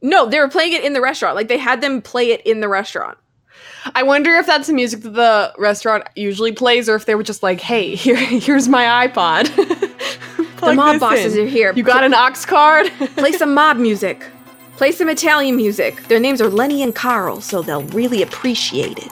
No, they were playing it in the restaurant. Like they had them play it in the restaurant. I wonder if that's the music that the restaurant usually plays, or if they were just like, "Hey, here, here's my iPod." the Plug mob this bosses in. are here. You got an ox card? play some mob music. Play some Italian music. Their names are Lenny and Carl, so they'll really appreciate it.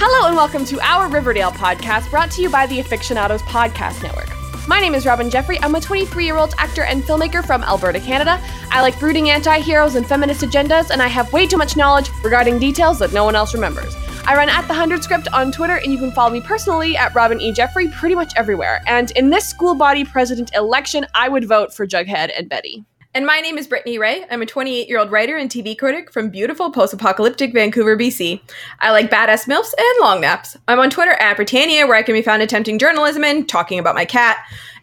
Hello and welcome to our Riverdale podcast brought to you by the Aficionados Podcast Network. My name is Robin Jeffrey. I'm a 23 year old actor and filmmaker from Alberta, Canada. I like brooding anti heroes and feminist agendas, and I have way too much knowledge regarding details that no one else remembers. I run at the 100 script on Twitter, and you can follow me personally at Robin E. Jeffrey pretty much everywhere. And in this school body president election, I would vote for Jughead and Betty. And my name is Brittany Ray. I'm a 28 year old writer and TV critic from beautiful post apocalyptic Vancouver, BC. I like badass MILFs and long naps. I'm on Twitter at Britannia, where I can be found attempting journalism and talking about my cat.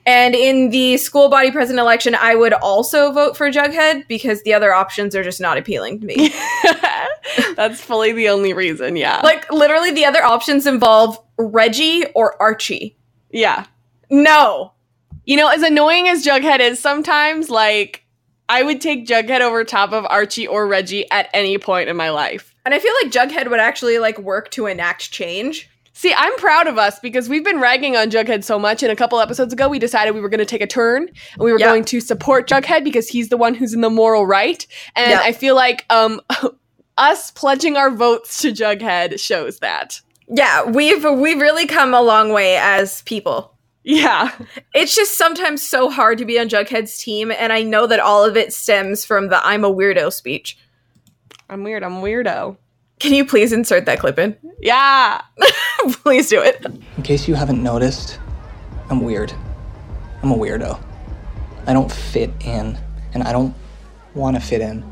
And in the school body president election, I would also vote for Jughead because the other options are just not appealing to me. That's fully the only reason, yeah. like, literally, the other options involve Reggie or Archie. yeah. No. You know, as annoying as Jughead is sometimes, like, I would take Jughead over top of Archie or Reggie at any point in my life. And I feel like Jughead would actually like work to enact change. See, I'm proud of us because we've been ragging on Jughead so much. And a couple episodes ago, we decided we were going to take a turn and we were Yeah. going to support Jughead because he's the one who's in the moral right. And Yeah. I feel like um, us pledging our votes to Jughead shows that. Yeah, we've we've really come a long way as people. Yeah. It's just sometimes so hard to be on Jughead's team, and I know that all of it stems from the "I'm a weirdo" speech. I'm weird. I'm weirdo. Can you please insert that clip in? Yeah. please do it. In case you haven't noticed, I'm weird. I'm a weirdo. I don't fit in, and I don't want to fit in.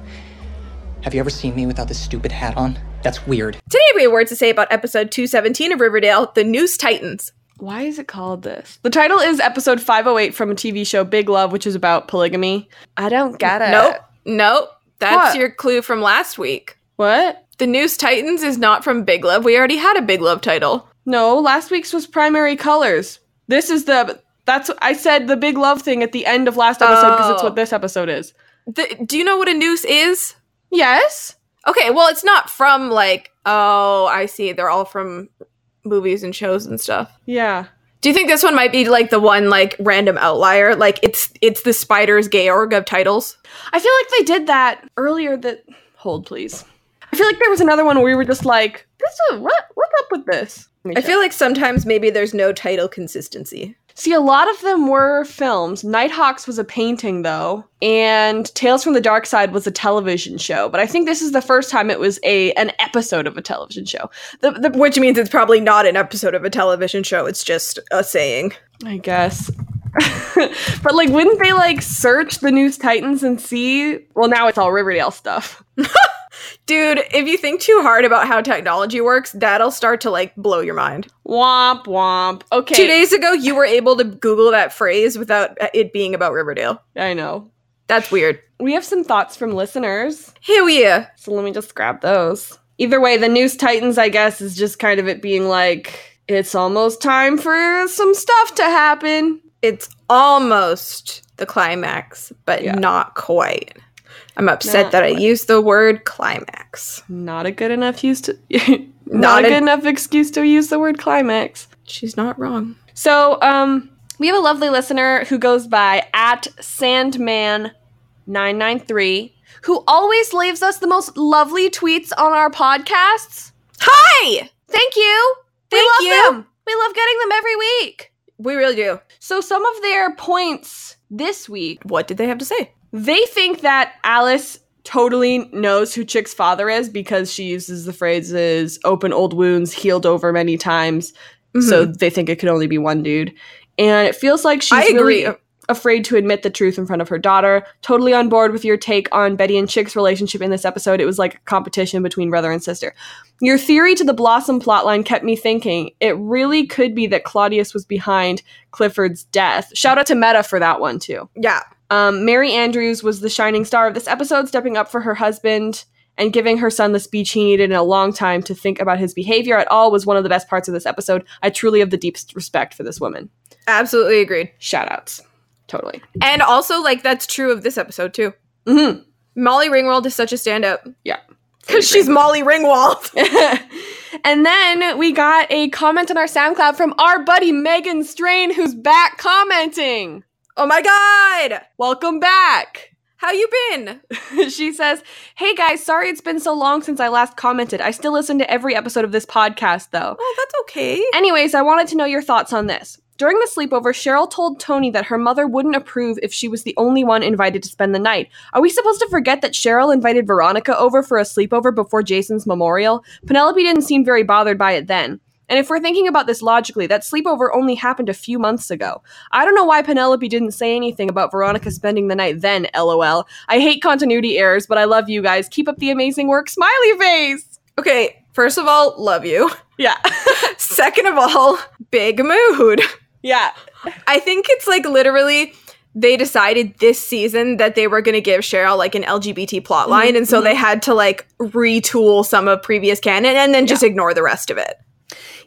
Have you ever seen me without this stupid hat on? That's weird. Today we have a word to say about episode 217 of Riverdale, The Noose Titans. why is it called this? The title is episode 508 from a TV show Big Love, which is about polygamy. I don't get it. Nope, nope. That's What? your clue from last week. What? The Noose Titans is not from Big Love. We already had a Big Love title. No, last week's was primary colors. This is the that's I said the Big Love thing at the end of last episode because it's Oh. what this episode is. The, do you know what a noose is? Yes. Okay, well, it's not from like, oh, I see. They're all from movies and shows and stuff. Yeah. Do you think this one might be like the one like random outlier? Like it's it's the spider's Georg of titles. I feel like they did that earlier that hold please. I feel like there was another one where we were just like, this is what what's up with this? I feel like sometimes maybe there's no title consistency. See, a lot of them were films. Nighthawks was a painting, though, and Tales from the Dark Side was a television show. But I think this is the first time it was a an episode of a television show. The, the Which means it's probably not an episode of a television show. It's just a saying. I guess. but like, wouldn't they like search the News Titans and see? Well, now it's all Riverdale stuff. Dude, if you think too hard about how technology works, that'll start to like blow your mind. Womp womp. Okay, Two days ago, you were able to Google that phrase without uh, it being about Riverdale. I know. That's weird. We have some thoughts from listeners. Here we are. So let me just grab those. Either way, the News Titans, I guess, is just kind of it being like, it's almost time for some stuff to happen. it's almost the climax, but Yeah. not quite. I'm upset Not that I quite. used the word climax. Not a good enough use to, not, Not a a- good enough excuse to use the word climax. She's not wrong. So, um, we have a lovely listener who goes by at Sandman993, who always leaves us the most lovely tweets on our podcasts. Hi! Thank you. We Thank love you. them. We love getting them every week. We really do. So, some of their points this week, What did they have to say? they think that Alice totally knows who Chick's father is because she uses the phrases open old wounds, healed over many times. So, So they think it could only be one dude. And it feels like she's Mm-hmm. I agree. really afraid to admit the truth in front of her daughter. Totally on board with your take on Betty and Chick's relationship in this episode. It was like a competition between brother and sister. Your theory to the Blossom plotline kept me thinking. It really could be that Claudius was behind Clifford's death. Shout out to Meta for that one, too. yeah. Um, Mary Andrews was the shining star of this episode, stepping up for her husband and giving her son the speech he needed in a long time to think about his behavior at all was one of the best parts of this episode. I truly have the deepest respect for this woman. Absolutely agreed. Shout outs. Totally. And also, like, that's true of this episode, too. Mm-hmm. Molly Ringwald is such a stand up. Yeah. Because she's Molly Ringwald. and then we got a comment on our SoundCloud from our buddy Megan Strain, who's back commenting. Oh my God. Welcome back. How you been? she says, Hey guys, sorry it's been so long since I last commented. I still listen to every episode of this podcast, though. Oh, that's okay. Anyways, I wanted to know your thoughts on this. During the sleepover, Cheryl told Tony that her mother wouldn't approve if she was the only one invited to spend the night. Are we supposed to forget that Cheryl invited Veronica over for a sleepover before Jason's memorial? Penelope didn't seem very bothered by it then. And if we're thinking about this logically, that sleepover only happened a few months ago. I don't know why Penelope didn't say anything about Veronica spending the night then, lol. I hate continuity errors, but I love you guys. Keep up the amazing work. Smiley face! Okay, first of all, love you. Yeah. Second of all, big mood. yeah. I think it's like literally they decided this season that they were going to give Cheryl like an LGBT plot line. And so they had to like retool some of previous canon and then just ignore the rest of it.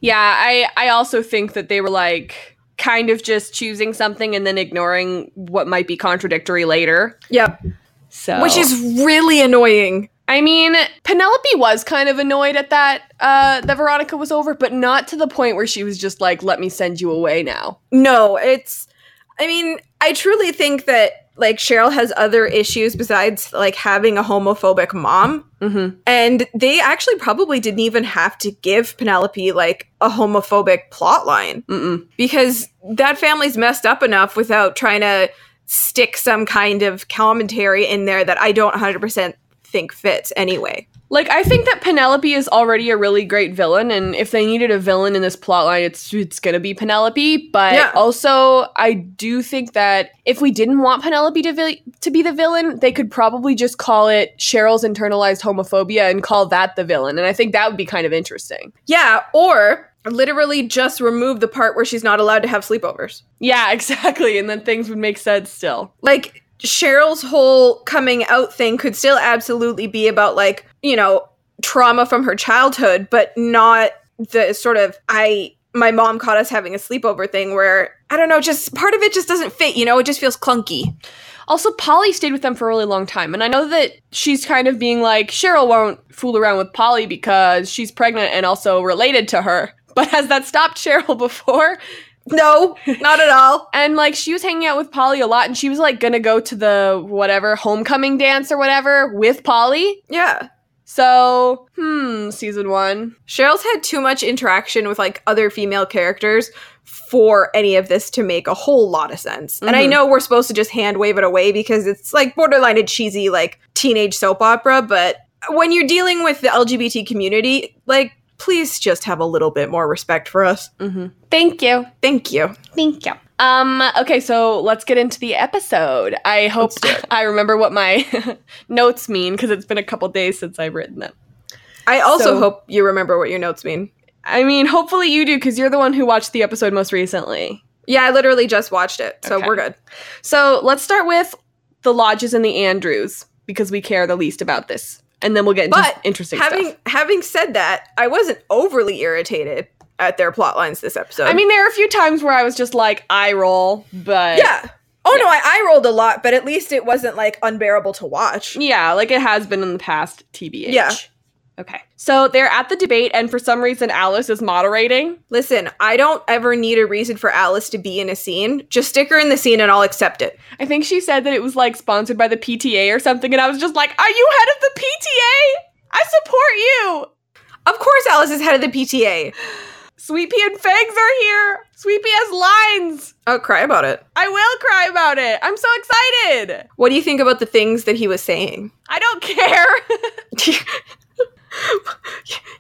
Yeah, I I also think that they were like kind of just choosing something and then ignoring what might be contradictory later. Yep. So Which is really annoying. I mean, Penelope was kind of annoyed at that uh that Veronica was over, but not to the point where she was just like, "Let me send you away now." No, it's. I mean, I truly think that like Cheryl has other issues besides like having a homophobic mom. Mhm. And they actually probably didn't even have to give Penelope like a homophobic plot line Mm-mm. because that family's messed up enough without trying to stick some kind of commentary in there that I don't 100% think fits anyway. Like I think that Penelope is already a really great villain and if they needed a villain in this plotline it's it's going to be Penelope, but Yeah. also I do think that if we didn't want Penelope to vi- to be the villain, they could probably just call it Cheryl's internalized homophobia and call that the villain and I think that would be kind of interesting. Yeah, or literally just remove the part where she's not allowed to have sleepovers. Yeah, exactly, and then things would make sense still. like Cheryl's whole coming out thing could still absolutely be about like, you know, trauma from her childhood, but not the sort of I my mom caught us having a sleepover thing where I don't know, just part of it just doesn't fit, you know, it just feels clunky. Also, Polly stayed with them for a really long time, and I know that she's kind of being like, Cheryl won't fool around with Polly because she's pregnant and also related to her. But has that stopped Cheryl before? No, not at all. And like, she was hanging out with Polly a lot, and she was like gonna go to the whatever homecoming dance or whatever with Polly. Yeah. So, hmm, season one. Cheryl's had too much interaction with like other female characters for any of this to make a whole lot of sense. And I Mhm. know we're supposed to just hand wave it away because it's like borderline a cheesy like teenage soap opera, but when you're dealing with the LGBT community, like please just have a little bit more respect for us. Mm-hmm. Thank you. Thank you. Thank you. Um, okay, so let's get into the episode. I hope I remember what my notes mean because it's been a couple days since I've written them. I also So- hope you remember what your notes mean. I mean, hopefully you do because you're the one who watched the episode most recently. Yeah, I literally just watched it, so Okay. we're good. So let's start with the Lodges and the Andrews because we care the least about this. And then we'll get into But interesting having stuff. having said that, I wasn't overly irritated at their plot lines this episode. I mean, there are a few times where I was just like, eye roll, but. Yeah. Oh no, I, I rolled a lot, but at least it wasn't like unbearable to watch. Yeah, like it has been in the past, TBH. Yeah. Okay. So they're at the debate, and for some reason, Alice is moderating. Listen, I don't ever need a reason for Alice to be in a scene. Just stick her in the scene and I'll accept it. I think she said that it was like sponsored by the PTA or something, and I was just like, Are you head of the PTA? I support you. Of course, Alice is head of the PTA. Sweepy and Fangs are here. Sweepy has lines. I'll Oh, cry about it. I will cry about it. I'm so excited. What do you think about the things that he was saying? I don't care.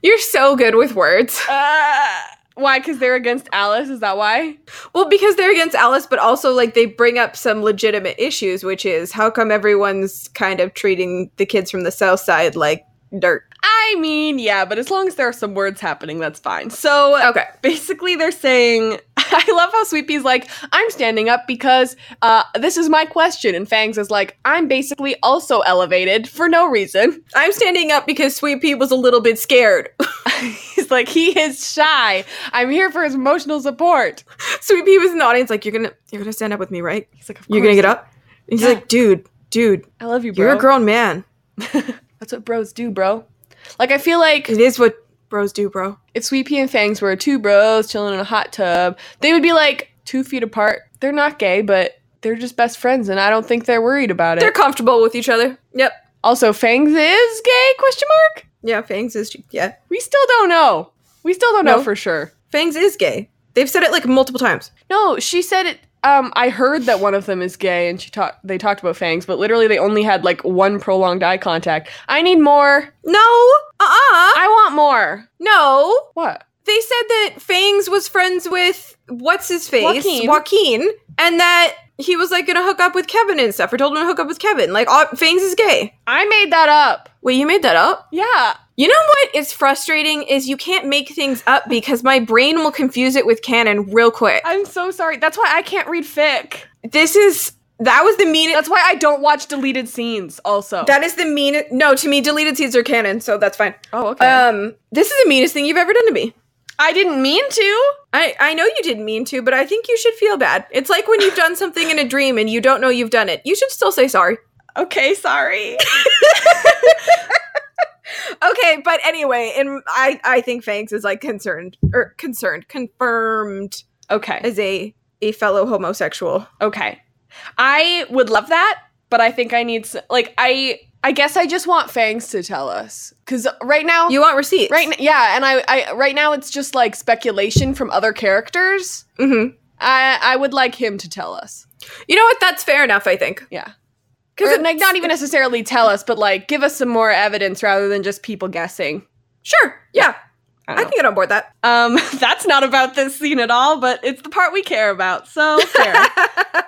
You're so good with words. uh, why? Because they're against Alice. Is that why? Well, because they're against Alice, but also like they bring up some legitimate issues, which is how come everyone's kind of treating the kids from the South Side like dirt? I mean, yeah, but as long as there are some words happening, that's fine. So Okay. basically, they're saying, I love how Sweepy's like, I'm standing up because uh, this is my question. And Fangs is like, I'm basically also elevated for no reason. I'm standing up because Sweet Pea was a little bit scared. He's like, he is shy. I'm here for his emotional support. Sweet Pea was in the audience, like, you're gonna you're gonna stand up with me, right? He's like, of You're gonna course. get up? And he's Yeah. like, dude, dude, I love you, bro. you're a grown man. That's what bros do, bro. Like, I feel like It is what bros do, bro. if Sweet Pea and Fangs were two bros chilling in a hot tub, they would be like two feet apart. They're not gay, but they're just best friends, and I don't think they're worried about it. They're comfortable with each other. Yep. also, Fangs is gay? Question mark. Yeah, Fangs is yeah. We still don't know. We still don't know No. for sure. Fangs is gay. They've said it like multiple times. No, she said it. Um, I heard that one of them is gay, and she talked. They talked about fangs, but literally they only had like one prolonged eye contact. I need more. No, uh, uh I want more. no. What? They said that Fangs was friends with what's his face, Joaquin. Joaquin, and that he was like gonna hook up with Kevin and stuff, or told him to hook up with Kevin. Like, uh, Fangs is gay. I made that up. Wait, you made that up? Yeah. You know what is frustrating is you can't make things up because my brain will confuse it with canon real quick. I'm so sorry. That's why I can't read fic. This is that was the meanest. That's why I don't watch deleted scenes. Also. That is the meanest. No, to me, deleted scenes are canon, so that's fine. oh, okay. Um, this is the meanest thing you've ever done to me. I didn't mean to. I I know you didn't mean to, but I think you should feel bad. It's like when you've done something in a dream and you don't know you've done it. You should still say sorry. Okay, sorry. Okay, but anyway, and I I think Fangs is like concerned or concerned confirmed okay. as a a fellow homosexual. Okay. I would love that, but I think I need s like I I guess I just want Fangs to tell us cuz right now You want receipts, right n- yeah, and I I right now it's just like speculation from other characters. Mm-hmm. I I would like him to tell us. You know what? That's fair enough, I think. Yeah. Cuz Because like not even necessarily tell us, but like give us some more evidence rather than just people guessing. sure, yeah, I I, don't know. can get on board that. Um, that's not about this scene at all, but it's the part we care about. So fair.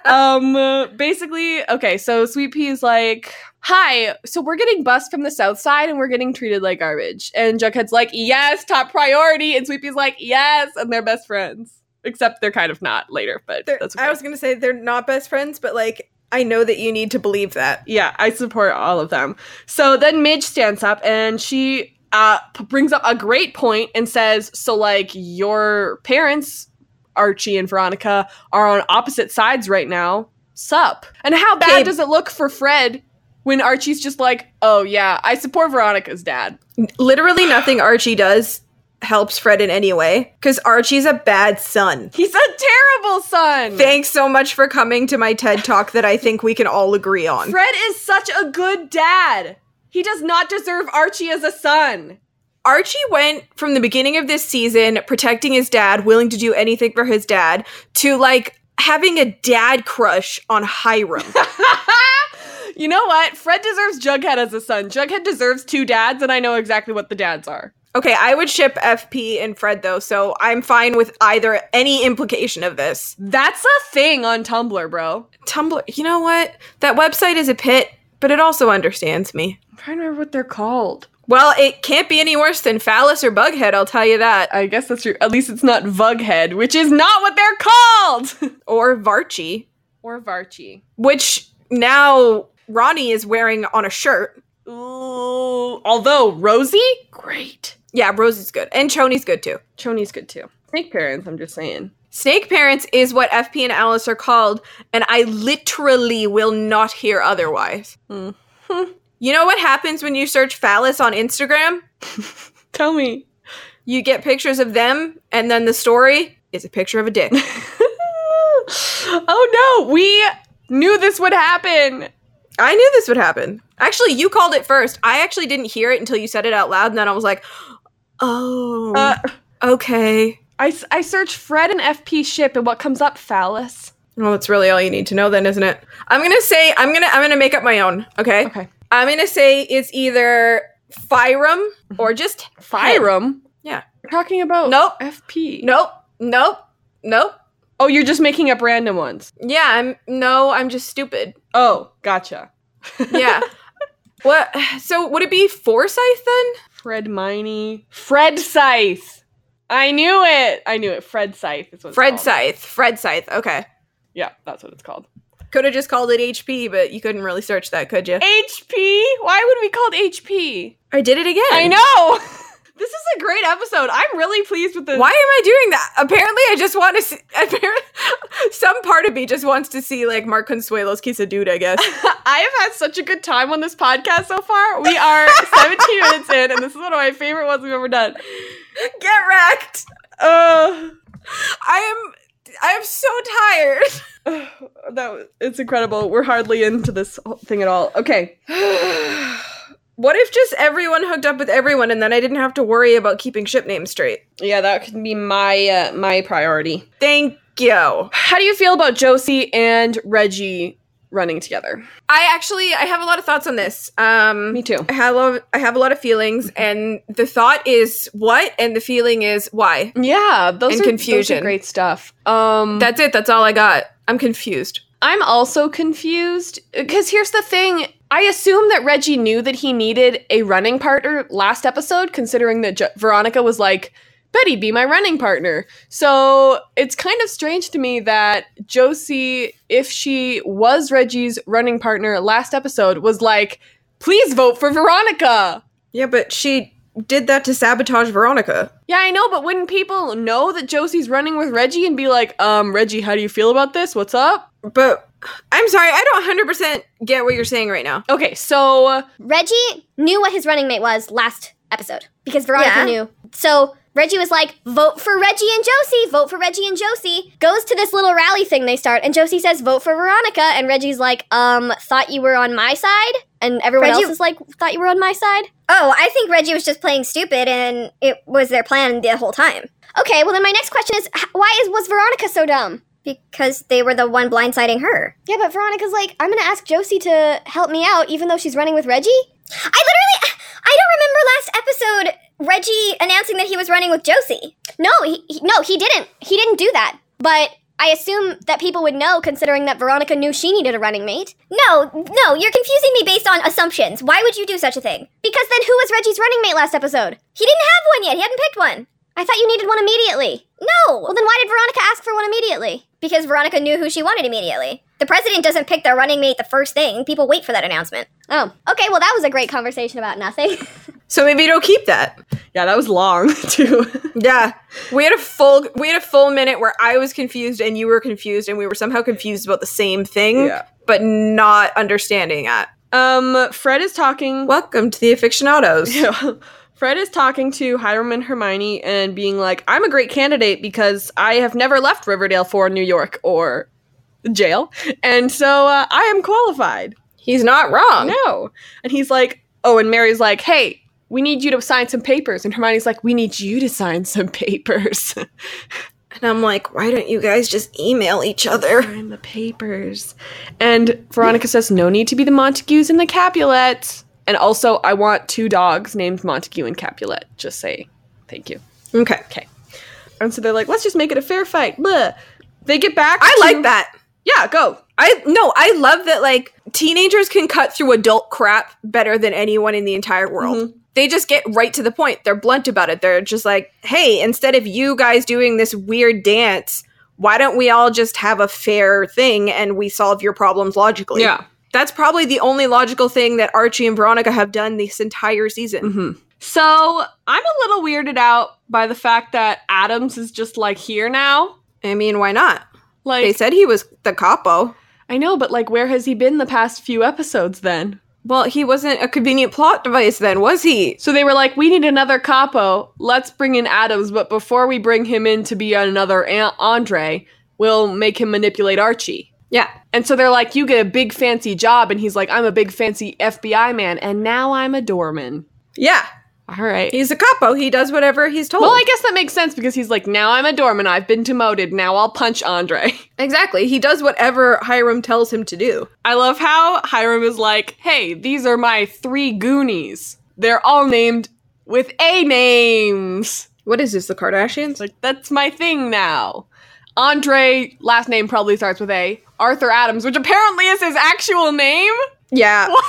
um, uh, basically, okay. So Sweet Pea is like, "Hi, so we're getting bussed from the South Side, and we're getting treated like garbage." And Jughead's like, "Yes, top priority." And Sweet Pea's like, "Yes," and they're best friends. Except they're kind of not later, but They're- that's okay. I was gonna say they're not best friends, but like I know that you need to believe that. yeah, I support all of them. So then Midge stands up and she uh, p- brings up a great point and says, So, like, your parents, Archie and Veronica, are on opposite sides right now. Sup? And how bad Okay. does it look for Fred when Archie's just like, Oh, yeah, I support Veronica's dad? Literally nothing Archie does helps Fred in any way because Archie's a bad son. He's a terrible son. Thanks so much for coming to my TED talk that I think we can all agree on. Fred is such a good dad. He does not deserve Archie as a son. Archie went from the beginning of this season protecting his dad, willing to do anything for his dad, to like having a dad crush on Hiram. you know what? Fred deserves Jughead as a son. Jughead deserves two dads, and I know exactly what the dads are. Okay, I would ship FP and Fred though, so I'm fine with either any implication of this. That's a thing on Tumblr, bro. Tumblr, you know what? That website is a pit, but it also understands me. I'm trying to remember what they're called. Well, it can't be any worse than Phallus or Bughead, I'll tell you that. I guess that's true. At least it's not Vughead, which is not what they're called. Or Varchi, or Varchi. which now Ronnie is wearing on a shirt. Ooh, although Rosie, great. Yeah, Rosie's good. And Choni's good too. Choni's good too. Snake parents, I'm just saying. Snake parents is what FP and Alice are called, and I literally will not hear otherwise. Mhm. You know what happens when you search phallus on Instagram? Tell me. you get pictures of them and then the story is a picture of a dick oh no, we knew this would happen. i knew this would happen actually you called it first i actually didn't hear it until you said it out loud and then i was like oh Uh, okay I, s- I search Fred and FP ship, and what comes up? Phallus. well that's really all you need to know then isn't it i'm gonna say i'm gonna i'm gonna make up my own okay, Okay. i'm gonna say it's either Phyrum or just Hiram. Yeah. We're talking about Nope. FP. nope nope nope Oh, you're just making up random ones. yeah i'm no i'm just stupid Oh, gotcha. yeah what so would it be forsyth then Fred Miney. Fred Scythe. I knew it. I knew it. Fred Scythe is what. it's Fred called. Scythe. Fred Scythe. Okay. Yeah, that's what it's called. Could have just called it HP, but you couldn't really search that, could you? HP. Why would we call it HP? I did it again. I know. This is a great episode. I'm really pleased with this. Why am I doing that? Apparently, I just want to see. Apparently, some part of me just wants to see like Mark Consuelo's kiss a dude. I guess. I have had such a good time on this podcast so far. We are 17 minutes in, and this is one of my favorite ones we've ever done. Get wrecked. Uh, I am. I am so tired. that was, it's incredible. We're hardly into this whole thing at all. Okay. What if just everyone hooked up with everyone, and then I didn't have to worry about keeping ship names straight? Yeah, that could be my uh, my priority. Thank you. How do you feel about Josie and Reggie running together? I actually I have a lot of thoughts on this. Um, Me too. I have a lot, I have a lot of feelings, and the thought is what, and the feeling is why. Yeah, those And are confusion. confusion. great stuff. Um, That's it. That's all I got. I'm confused. I'm also confused because here's the thing. I assume that Reggie knew that he needed a running partner last episode, considering that Jo- Veronica was like, Betty, be my running partner. So it's kind of strange to me that Josie, if she was Reggie's running partner last episode, was like, please vote for Veronica. Yeah, but she did that to sabotage Veronica. Yeah, I know, but wouldn't people know that Josie's running with Reggie and be like, um, Reggie, how do you feel about this? What's up? But I'm sorry, I don't 100% get what you're saying right now. Okay, so Reggie knew what his running mate was last episode because Veronica Yeah. knew. So Reggie was like, vote for Reggie and Josie, vote for Reggie and Josie. Goes to this little rally thing they start, and Josie says, vote for Veronica. And Reggie's like, um, thought you were on my side? And everyone Reggie- else is like, thought you were on my side? Oh, I think Reggie was just playing stupid and it was their plan the whole time. Okay, well then my next question is h- why is was Veronica so dumb? Because they were the one blindsiding her. Yeah, but Veronica's like, I'm gonna ask Josie to help me out, even though she's running with Reggie. I literally, I don't remember last episode Reggie announcing that he was running with Josie. No, he, he- no, he didn't. He didn't do that. But I assume that people would know, considering that Veronica knew she needed a running mate. No, no, you're confusing me based on assumptions. Why would you do such a thing? Because then who was Reggie's running mate last episode? He didn't have one yet. He hadn't picked one. I thought you needed one immediately. No! Well, then why did Veronica ask for one immediately? Because Veronica knew who she wanted immediately. The president doesn't pick their running mate the first thing. People wait for that announcement. Oh, okay, well, that was a great conversation about nothing. So maybe don't keep that. yeah, that was long too. Yeah. We had a full we had a full minute where I was confused and you were confused and we were somehow confused about the same thing Yeah. but not understanding it. Um, Fred is talking. Welcome to the aficionados. Fred is talking to Hiram and Hermione and being like, "I'm a great candidate because I have never left Riverdale for New York or jail, and so uh, I am qualified." He's not wrong. No, and he's like, "Oh," and Mary's like, "Hey." We need you to sign some papers. And Hermione's like, We need you to sign some papers. And I'm like, why don't you guys just email each other? sign the papers. And Veronica says, No need to be the Montagues and the Capulets. And also, I want two dogs named Montague and Capulet. Just say thank you. Okay. And so they're like, let's just make it a fair fight. Blah. They get back. I to- like that. Yeah, go. I no, I love that like teenagers can cut through adult crap better than anyone in the entire world. Mm-hmm. They just get right to the point. They're blunt about it. They're just like, "Hey, instead of you guys doing this weird dance, why don't we all just have a fair thing and we solve your problems logically?" Yeah. That's probably the only logical thing that Archie and Veronica have done this entire season. hmm So I'm a little weirded out by the fact that Adams is just like here now. I mean, why not? Like, They said he was the capo. I know, but like, where has he been the past few episodes then? Well, he wasn't a convenient plot device then, was he? So they were like, we need another capo. Let's bring in Adams, but before we bring him in to be another Aunt Andre, we'll make him manipulate Archie. Yeah. And so they're like, you get a big fancy job. And he's like, I'm a big fancy FBI man, and now I'm a doorman. Yeah. All right. He's a capo. He does whatever he's told. well, I guess that makes sense because he's like, now I'm a doorman. I've been demoted. Now I'll punch Andre. Exactly. He does whatever Hiram tells him to do. I love how Hiram is like, hey, these are my three Goonies. They're all named with A names. What is this, the It's Kardashians? Like, that's my thing now. Andre, last name probably starts with A. Arthur Adams, which apparently is his actual name. Yeah. What?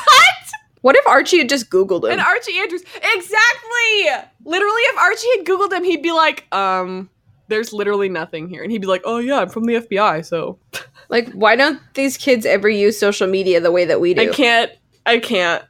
What if Archie had just Googled him? And Archie Andrews. Exactly! Literally, if Archie had Googled him, he'd be like, um, there's literally nothing here. And he'd be like, oh yeah, I'm from the FBI, so. like, why don't these kids ever use social media the way that we do? I can't. I can't.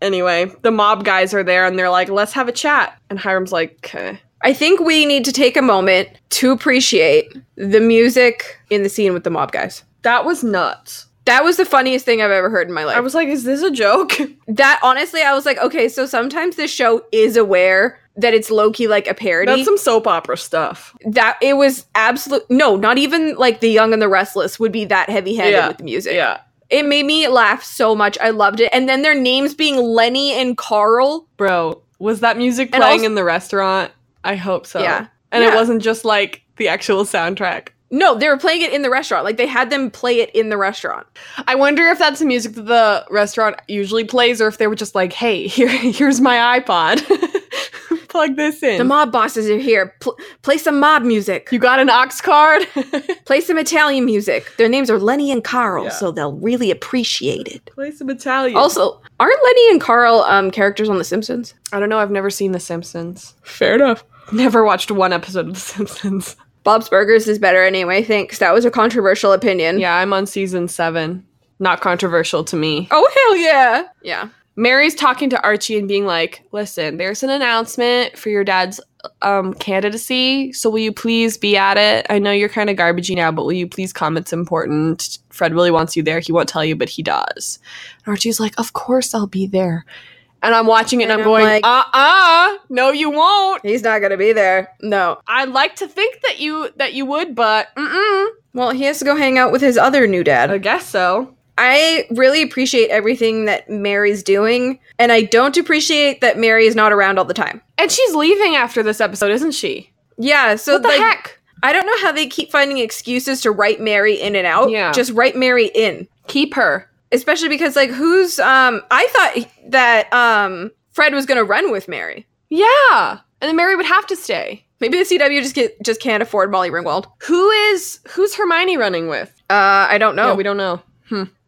Anyway, the mob guys are there and they're like, let's have a chat. And Hiram's like, okay. I think we need to take a moment to appreciate the music in the scene with the mob guys. That was nuts. That was the funniest thing I've ever heard in my life. I was like, is this a joke? that honestly, I was like, okay, so sometimes this show is aware that it's low key like a parody. That's some soap opera stuff. that it was absolute no, not even like The Young and the Restless would be that heavy handed Yeah. with the music. Yeah. It made me laugh so much. I loved it. And then their names being Lenny and Carl. Bro, was that music And playing also- in the restaurant? I hope so. Yeah. And it Yeah. wasn't just like the actual soundtrack. No, they were playing it in the restaurant. Like they had them play it in the restaurant. I wonder if that's the music that the restaurant usually plays, or if they were just like, "Hey, here, here's my iPod. Plug this in. The mob bosses are here. Pl- play some mob music. you got an ox card." Play some Italian music. Their names are Lenny and Carl, Yeah. so they'll really appreciate it. Play some Italian. Also, aren't Lenny and Carl um, characters on The Simpsons? I don't know. I've never seen The Simpsons. Fair enough. Never watched one episode of The Simpsons. Bob's Burgers is better anyway. Thanks. That was a controversial opinion. Yeah, I'm on season seven. Not controversial to me. Oh hell yeah. Yeah. Mary's talking to Archie and being like, "Listen, there's an announcement for your dad's um, candidacy, so will you please be at it? I know you're kind of garbagey now, but will you please come? It's important. Fred really wants you there. He won't tell you, but he does." And Archie's like, "Of course I'll be there." And I'm watching it, and, And I'm I'm going, like- "Uh-uh, no, you won't. He's not gonna be there. No. I'd like to think that you that you would, but mm-mm, Well, he has to go hang out with his other new dad. I guess so." I really appreciate everything that Mary's doing, and I don't appreciate that Mary is not around all the time. And she's leaving after this episode, isn't she? Yeah, so What the like, heck? I don't know how they keep finding excuses to write Mary in and out. Yeah. Just write Mary in. Keep her. Especially because like who's um I thought that um Fred was gonna run with Mary. Yeah, and then Mary would have to stay. Maybe the CW just get just can't afford Molly Ringwald. Who is who's Hermione running with? Uh I don't know. Yeah, we don't know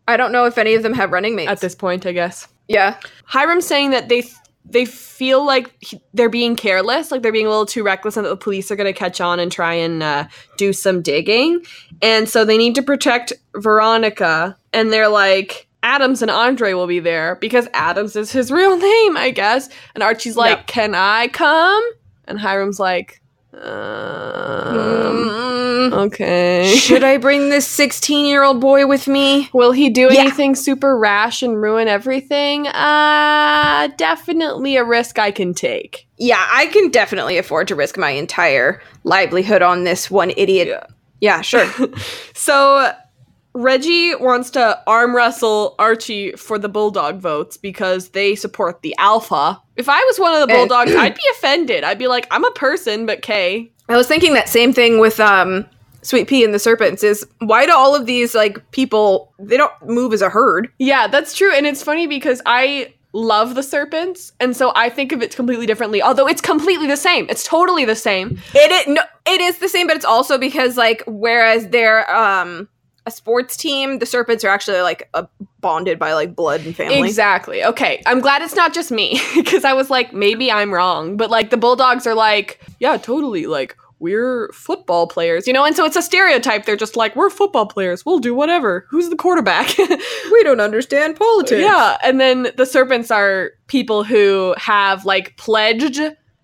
I don't know if any of them have running mates. at this point. I guess yeah. Hiram's saying that they they feel like he- they're being careless, like they're being a little too reckless, and that the police are going to catch on and try and uh, do some digging. And so they need to protect Veronica. And they're like, Adams and Andre will be there because Adams is his real name, I guess. And Archie's like, Yeah. "Can I come?" And Hiram's like, um, Mm, "Okay." should I bring this 16 year old boy with me? Will he do Yeah. anything super rash and ruin everything? Uh, definitely a risk I can take. Yeah, I can definitely afford to risk my entire livelihood on this one idiot. Yeah. Yeah, sure. So Reggie wants to arm wrestle Archie for the bulldog votes because they support the alpha. If I was one of the Eh. bulldogs, I'd be offended. I'd be like, I'm a person, but K. I was thinking that same thing with um Sweet Pea and the Serpents is why do all of these like people they don't move as a herd? Yeah, that's true. And it's funny because I love the serpents, and so I think of it completely differently. Although it's completely the same. It's totally the same. It is, no, it is the same, but it's also because like whereas they're um a sports team, the Serpents are actually like a, bonded by like blood and family. Exactly. Okay. I'm glad it's not just me because I was like, maybe I'm wrong. But like the Bulldogs are like, yeah, totally. Like, we're football players, you know? And so it's a stereotype. They're just like, we're football players. We'll do whatever. Who's the quarterback? We don't understand politics. yeah. And then the Serpents are people who have like pledged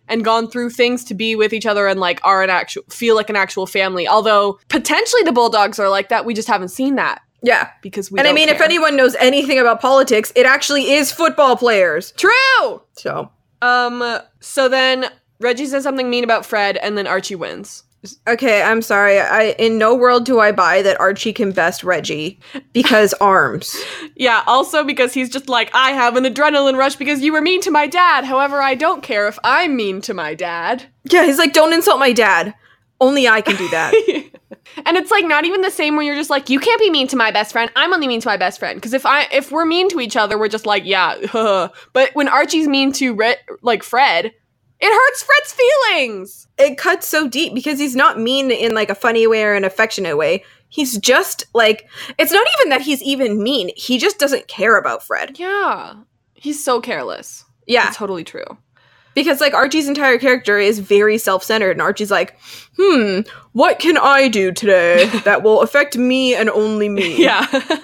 and gone through things to be with each other and like are an actual, feel like an actual family. Although potentially the Bulldogs are like that. We just haven't seen that yeah. because we And I don't mean, if care. anyone knows anything about politics, it actually is football players. True! So Um. So then Reggie says something mean about Fred, and then Archie wins. okay, I'm sorry. I in no world do I buy that Archie can best Reggie because arms. Yeah. Also because he's just like, I have an adrenaline rush because you were mean to my dad. However, I don't care if I'm mean to my dad. Yeah, he's like, don't insult my dad. Only I can do that. and it's like not even the same when you're just like, you can't be mean to my best friend. I'm only mean to my best friend because if I if we're mean to each other, we're just like, yeah. huh. But when Archie's mean to Re- like Fred, it hurts Fred's feelings. it cuts so deep because he's not mean in like a funny way or an affectionate way. He's just like it's not even that he's even mean. He just doesn't care about Fred. Yeah. He's so careless. Yeah. It's totally true. Because like Archie's entire character is very self-centered and Archie's like, "Hmm, what can I do today that will affect me and only me?" Yeah.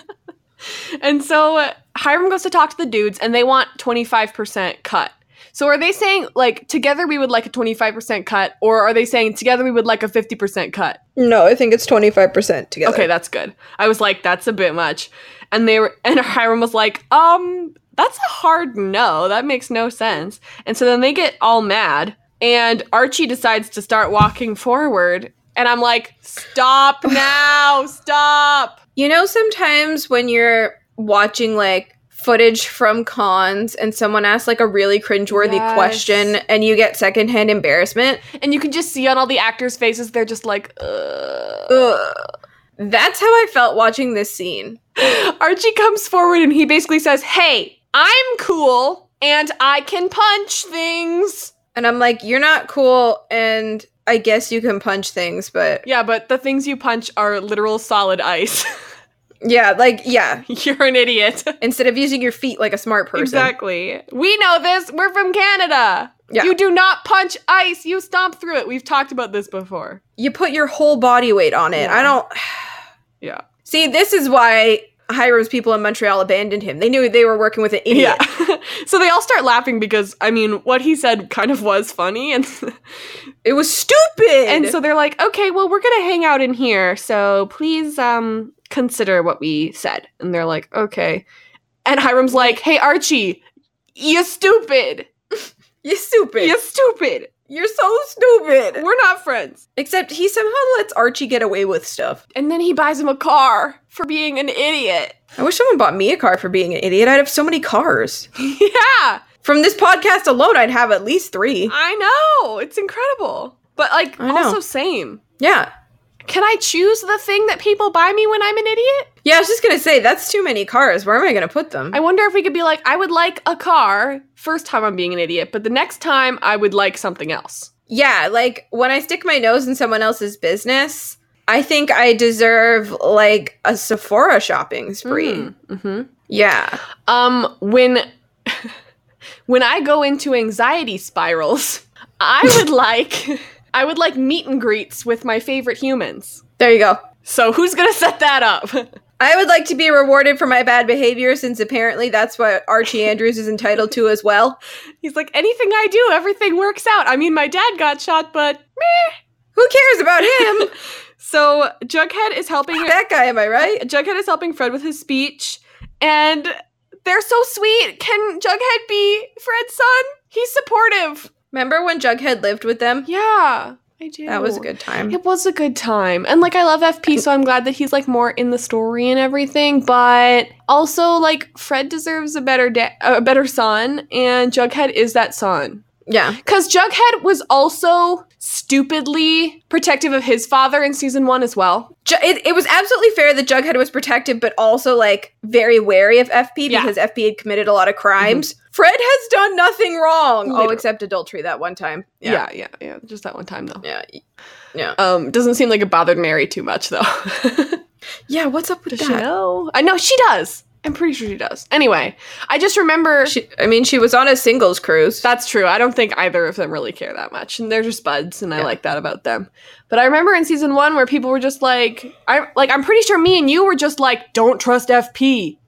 And so uh, Hiram goes to talk to the dudes and they want 25% cut. So are they saying like together we would like a 25% cut or are they saying together we would like a 50% cut? No, I think it's 25% together. Okay, that's good. I was like that's a bit much. And they were and Hiram was like, "Um, that's a hard no. That makes no sense." And so then they get all mad and Archie decides to start walking forward and I'm like, "Stop now. Stop." You know, sometimes when you're watching like footage from cons and someone asks like a really cringeworthy Yes. question and you get secondhand embarrassment, And you can just see on all the actors' faces they're just like, "Ugh." ugh. that's how I felt watching this scene. Archie comes forward and he basically says, Hey, I'm cool and I can punch things. And I'm like, you're not cool, and I guess you can punch things, but Yeah, but the things you punch are literal solid ice. yeah, like, yeah. You're an idiot. Instead of using your feet like a smart person. Exactly. We know this. We're from Canada. Yeah. You do not punch ice, you stomp through it. We've talked about this before. You put your whole body weight on it. Yeah. I don't. Yeah. See, this is why Hiram's people in Montreal abandoned him. They knew they were working with an idiot. Yeah. so they all start laughing because, I mean, what he said kind of was funny. And It was stupid. and so they're like, okay, well, we're gonna hang out in here, so please um consider what we said. And they're like, okay. And Hiram's like, hey Archie, you stupid, you're stupid. you stupid. You're so stupid. We're not friends. Except he somehow lets Archie get away with stuff. And then he buys him a car for being an idiot. I wish someone bought me a car for being an idiot. I'd have so many cars. yeah, From this podcast alone, I'd have at least three. I know. It's incredible. But like, I know. also same. Yeah. Can I choose the thing that people buy me when I'm an idiot? Yeah, I was just gonna say that's too many cars. Where am I gonna put them? I wonder if we could be like, I would like a car first time I'm being an idiot, but the next time I would like something else. yeah, like when I stick my nose in someone else's business, I think I deserve like a Sephora shopping spree. Mm-hmm. Yeah. Um, when when I go into anxiety spirals, I would like I would like meet and greets with my favorite humans. There you go. So who's gonna set that up? I would like to be rewarded for my bad behavior since apparently that's what Archie Andrews is entitled to as well. He's like, anything I do, everything works out. I mean, my dad got shot, but Who cares about him? so Jughead is helping. that guy, am I right? Jughead is helping Fred with his speech, and they're so sweet. Can Jughead be Fred's son? He's supportive. Remember when Jughead lived with them? Yeah, I do. That was a good time. It was a good time. And like I love FP, so I'm glad that he's like more in the story and everything, but also like Fred deserves a better da- a better son and Jughead is that son. Yeah. Cuz Jughead was also stupidly protective of his father in season 1 as well. Ju- it, it was absolutely fair that Jughead was protective, but also like very wary of FP Yeah. Mm-hmm. because FP had committed a lot of crimes. Fred has done nothing wrong. Oh, Literally. except adultery that one time. Yeah, yeah, yeah, just that one time though. Yeah. Yeah. Um doesn't seem like it bothered Mary too much though. Yeah, what's up with does she that? know? I know she does. I'm pretty sure she does. Anyway, I just remember She, I mean, she was on a singles cruise. That's true. I don't think either of them really care that much. And they're just buds, and I Yeah. like that about them. But I remember in season one where people were just like, I like I'm pretty sure me and you were just like, don't trust FP.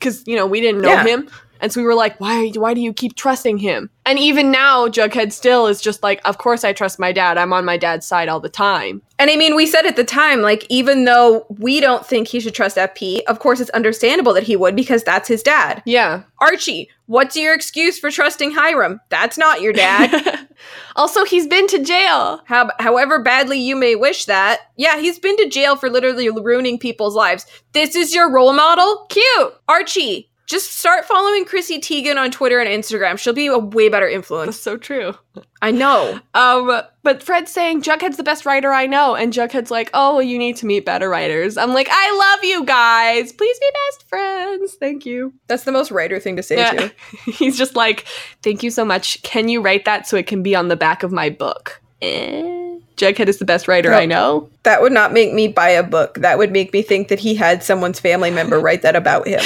Cause, you know, we didn't know Yeah. him. And so we were like, why why do you keep trusting him? And even now, Jughead still is just like, Of course I trust my dad. I'm on my dad's side all the time. and I mean, we said at the time, like, even though we don't think he should trust FP, of course it's understandable that he would because that's his dad. Yeah. Archie, what's your excuse for trusting Hiram? That's not your dad. also, he's been to jail. How, however badly you may wish that. Yeah, he's been to jail for literally ruining people's lives. This is your role model? Cute. Archie, just start following Chrissy Teigen on Twitter and Instagram. She'll be a way better That's influence. so true. I know. Um, but Fred's saying Jughead's the best writer I know, and Jughead's like, "Oh, well, you need to meet better writers." I'm like, "I love you guys. Please be best friends. Thank you." That's the most writer thing to say, Yeah. too. He's just like, "Thank you so much. Can you write that so it can be on the back of my book?" Eh. Jughead is the best writer I Yep. know. That would not make me buy a book. That would make me think that he had someone's family member write that about him.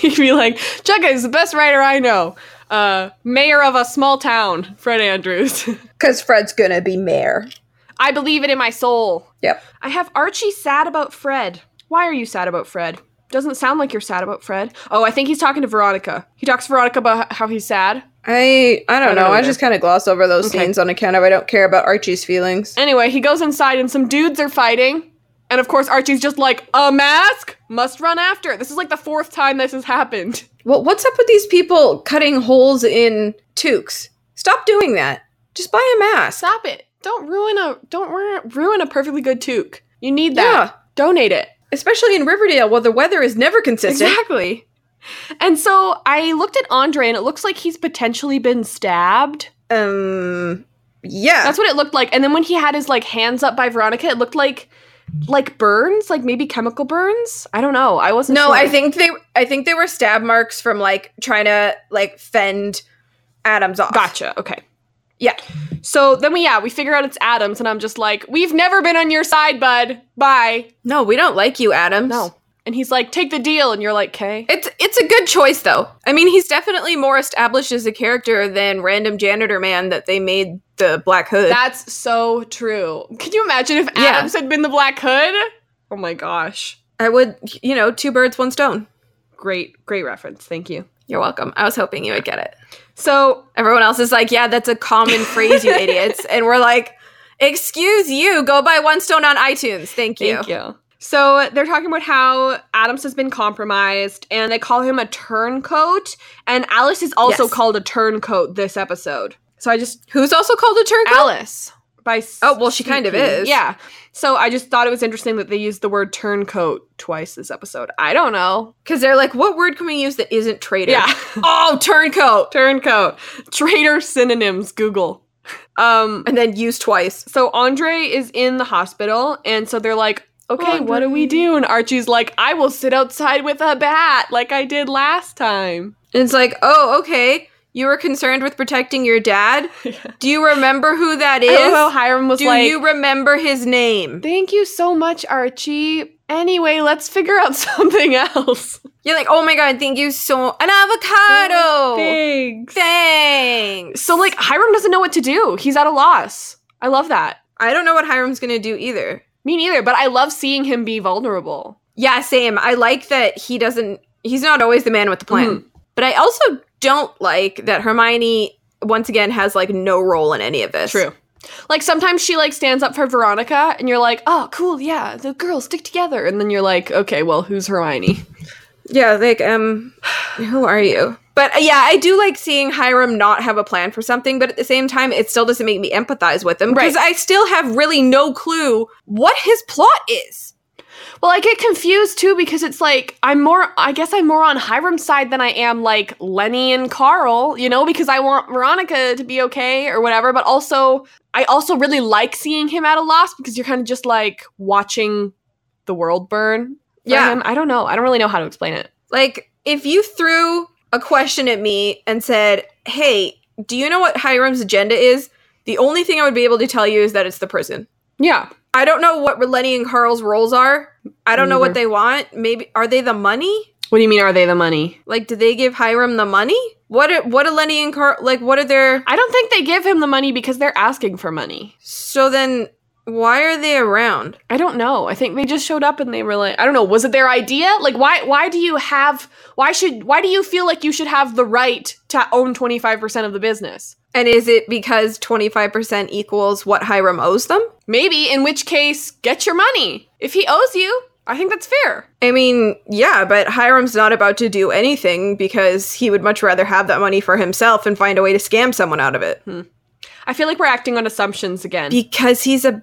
He'd be like, "Jughead is the best writer I know." Uh, mayor of a small town, Fred Andrews. Because Fred's gonna be mayor. I believe it in my soul. Yep. I have Archie sad about Fred. Why are you sad about Fred? Doesn't sound like you're sad about Fred. Oh, I think he's talking to Veronica. He talks to Veronica about how he's sad. I I don't, don't know. know I either. just kind of gloss over those Okay. scenes on account of I don't care about Archie's feelings. Anyway, he goes inside and some dudes are fighting. And of course, Archie's just like, a mask? Must run after it. This is like the fourth time this has happened. Well, what's up with these people cutting holes in toques? Stop doing that. Just buy a mask. Stop it. Don't ruin a don't ru- ruin a perfectly good toque. You need that. Donate it. Especially in Riverdale where the weather is never consistent. Exactly. And so I looked at Andre and it looks like he's potentially been stabbed. Um yeah. That's what it looked like. And then when he had his like hands up by Veronica, it looked like like burns, like maybe chemical burns. I don't know. I wasn't no, sure. I think they I think they were stab marks from like trying to like fend Adams off. Gotcha. Okay. Yeah. So then we yeah, we figure out it's Adams and I'm just like, "We've never been on your side, bud. Bye." No, we don't like you, Adams. No. And he's like, "Take the deal." And you're like, "Okay." It's it's a good choice though. I mean, he's definitely more established as a character than random janitor man that they made the Black Hood. That's so true. Can you imagine if Yeah. Adams had been the Black Hood? Oh my gosh. I would, you know, two birds, one stone. Great, great reference. Thank you. You're welcome. I was hoping you would get it. So Everyone else is like, yeah, that's a common phrase, you idiots. And we're like, excuse you, go buy one stone on iTunes. Thank you. Thank you. So they're talking about how Adams has been compromised and they call him a turncoat. And Alice is also Yes. called a turncoat this episode. So I just. Who's also called a turncoat? Alice. By S- Oh, well, she kind of CP. is. Yeah. So I just thought it was interesting that they used the word turncoat twice this episode. I don't know. Because they're like, what word can we use that isn't traitor? Yeah. Oh, turncoat. turncoat. Traitor synonyms. Google. Um, And then use twice. so Andre is in the hospital, and so they're like, okay, what do we Andre. do? And Archie's like, I will sit outside with a bat like I did last time. And it's like, oh, okay. You were concerned with protecting your dad. Do you remember who that I love how is? Oh, Hiram was Do like, you remember his name? thank you so much, Archie. Anyway, let's figure out something else. You're like, oh my god, thank you so an avocado. Thanks. Thanks. So, like, Hiram doesn't know what to do. He's at a loss. I love that. I don't know what Hiram's gonna do either. Me neither, but I love seeing him be vulnerable. Yeah, same. I like that he doesn't. He's not always the man with the plan. But I also don't like that Hermione once again has like no role in any of this. Like sometimes she like stands up for Veronica and you're like, "Oh, cool. Yeah, the girls stick together." And then you're like, "Okay, well, who's Hermione?" Yeah, like um, who are you? But uh, yeah, I do like seeing Hiram not have a plan for something, but at the same time, it still doesn't make me empathize with him because Right. I still have really no clue what his plot is. Well, I get confused too because it's like I'm more I guess I'm more on Hiram's side than I am like Lenny and Carl, you know, because I want Veronica to be okay or whatever, but also I also really like seeing him at a loss because you're kind of just like watching the world burn. for Yeah. him. I don't know. I don't really know how to explain it. Like, if you threw a question at me and said, Hey, do you know what Hiram's agenda is? The only thing I would be able to tell you is that it's the prison. Yeah. I don't know what Lenny and Carl's roles are. I don't know what they want. Maybe are they the money? What do you mean are they the money? Like, do they give Hiram the money? What are, what are Lenny and Carl like? What are their I don't think they give him the money because they're asking for money. so then? Why are they around? I don't know. I think they just showed up and they were like, I don't know, was it their idea? Like why why do you have why should why do you feel like you should have the right to own 25% of the business? And is it because twenty five percent equals what Hiram owes them? Maybe in which case get your money. If he owes you, I think that's fair. I mean, yeah, but Hiram's not about to do anything because he would much rather have that money for himself and find a way to scam someone out of it. I feel like we're acting on assumptions again. Because he's a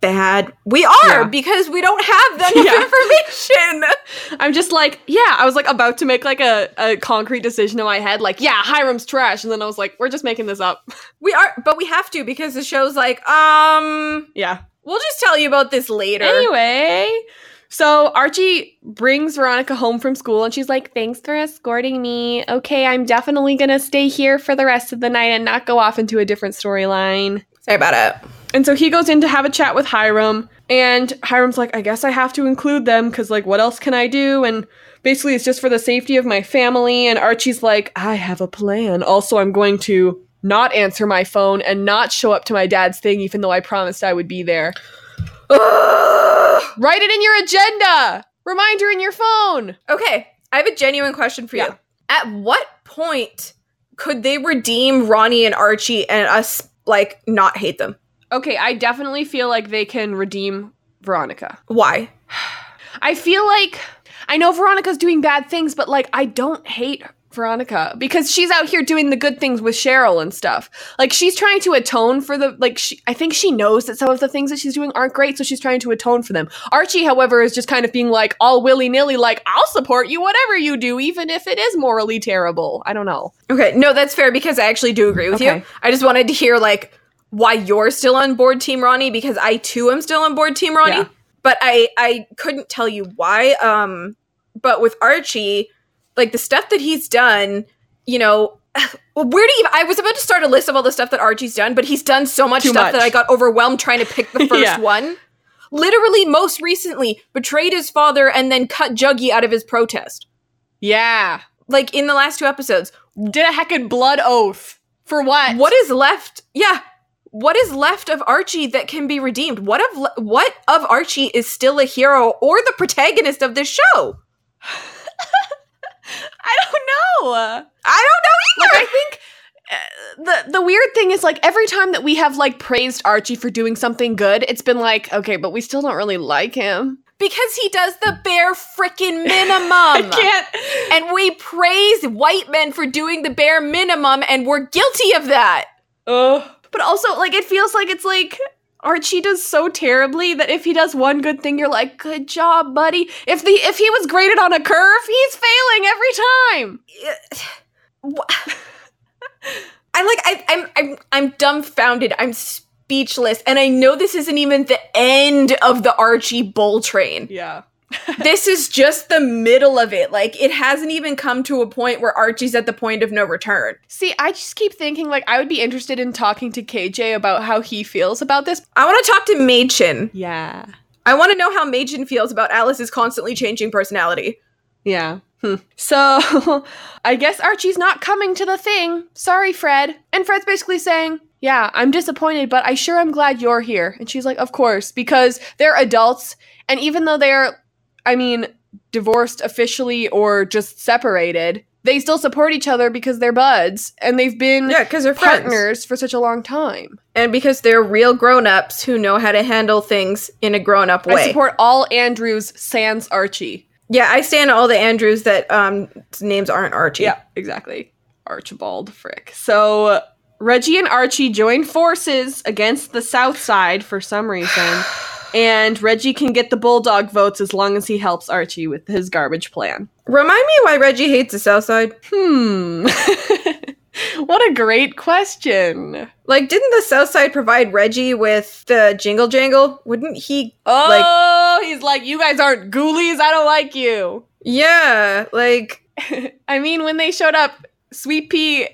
bad. We are Yeah. because we don't have that enough Yeah. information. I'm just like, yeah, I was like about to make like a, a concrete decision in my head, like, yeah, Hiram's trash. And then I was like, we're just making this up. We are, but we have to because the show's like, um, Yeah. we'll just tell you about this later. Anyway, so Archie brings Veronica home from school and she's like, Thanks for escorting me. Okay, I'm definitely going to stay here for the rest of the night and not go off into a different storyline. Sorry about it. And so he goes in to have a chat with Hiram. And Hiram's like, I guess I have to include them because, like, what else can I do? And basically, it's just for the safety of my family. And Archie's like, I have a plan. Also, I'm going to not answer my phone and not show up to my dad's thing, even though I promised I would be there. Ugh. Write it in your agenda. Reminder in your phone. Okay, I have a genuine question for Yeah. you. At what point could they redeem Ronnie and Archie and us like not hate them? Okay, I definitely feel like they can redeem Veronica. Why? I feel like I know Veronica's doing bad things, but like I don't hate Veronica because she's out here doing the good things with Cheryl and stuff. Like she's trying to atone for the like she, I think she knows that some of the things that she's doing aren't great, so she's trying to atone for them. Archie, however, is just kind of being like all willy-nilly like I'll support you whatever you do even if it is morally terrible. I don't know. Okay, no, that's fair because I actually do agree with Okay. you. I just wanted to hear like why you're still on board Team Ronnie because I too am still on board Team Ronnie, Yeah. but I I couldn't tell you why. Um, but with Archie, like the stuff that he's done, you know. Well, where do you? I was about to start a list of all the stuff that Archie's done, but he's done so much Too stuff much. that I got overwhelmed trying to pick the first Yeah. one. Literally, most recently, betrayed his father and then cut Juggy out of his protest. Yeah. Like in the last two episodes, Did a heckin' blood oath. For what? what is left yeah what is left of archie that can be redeemed what of le- what of archie is still a hero or the protagonist of this show I don't know. i don't like know either I think uh, the the weird thing is like every time that we have like praised Archie for doing something good, it's been like okay, but we still don't really like him. because he does the bare freaking I minimum can't. and we praise white men for doing the bare minimum and we're guilty of that Oh, but also like it feels like it's like Archie does so terribly that if he does one good thing, you're like, good job, buddy. If the if he was graded on a curve, he's failing every time. i like I, I'm, I'm i'm dumbfounded i'm speechless and i know this isn't even the end of the archie bull train Yeah. this is just the middle of it. Like it hasn't even come to a point where Archie's at the point of no return. See, I just keep thinking like I would be interested in talking to KJ about how he feels about this. I want to talk to Machin. Yeah. I want to know how Machin feels about Alice's constantly changing personality. Yeah. Hmm. So I guess Archie's not coming to the thing. Sorry, Fred. And Fred's basically saying, Yeah, I'm disappointed, but I sure am glad you're here. And she's like, Of course, because they're adults. And even though they're, I mean, divorced officially or just separated, they still support each other because they're buds and they've been Yeah, because they're partners, partners for such a long time. and because they're real grown-ups who know how to handle things in a grown-up way. I support all Andrews sans Archie. yeah, I stand all the Andrews that um names aren't Archie. Yeah, exactly. Archibald Frick. So uh, Reggie and Archie join forces against the South Side for some reason, and Reggie can get the Bulldog votes as long as he helps Archie with his garbage plan. Remind me why Reggie hates the South Side. Hmm. what a great question. Like, didn't the South Side provide Reggie with the jingle jangle? Wouldn't he Oh, he's like, you guys aren't ghoulies. I don't like you. Yeah, like I mean, when they showed up, Sweet Pea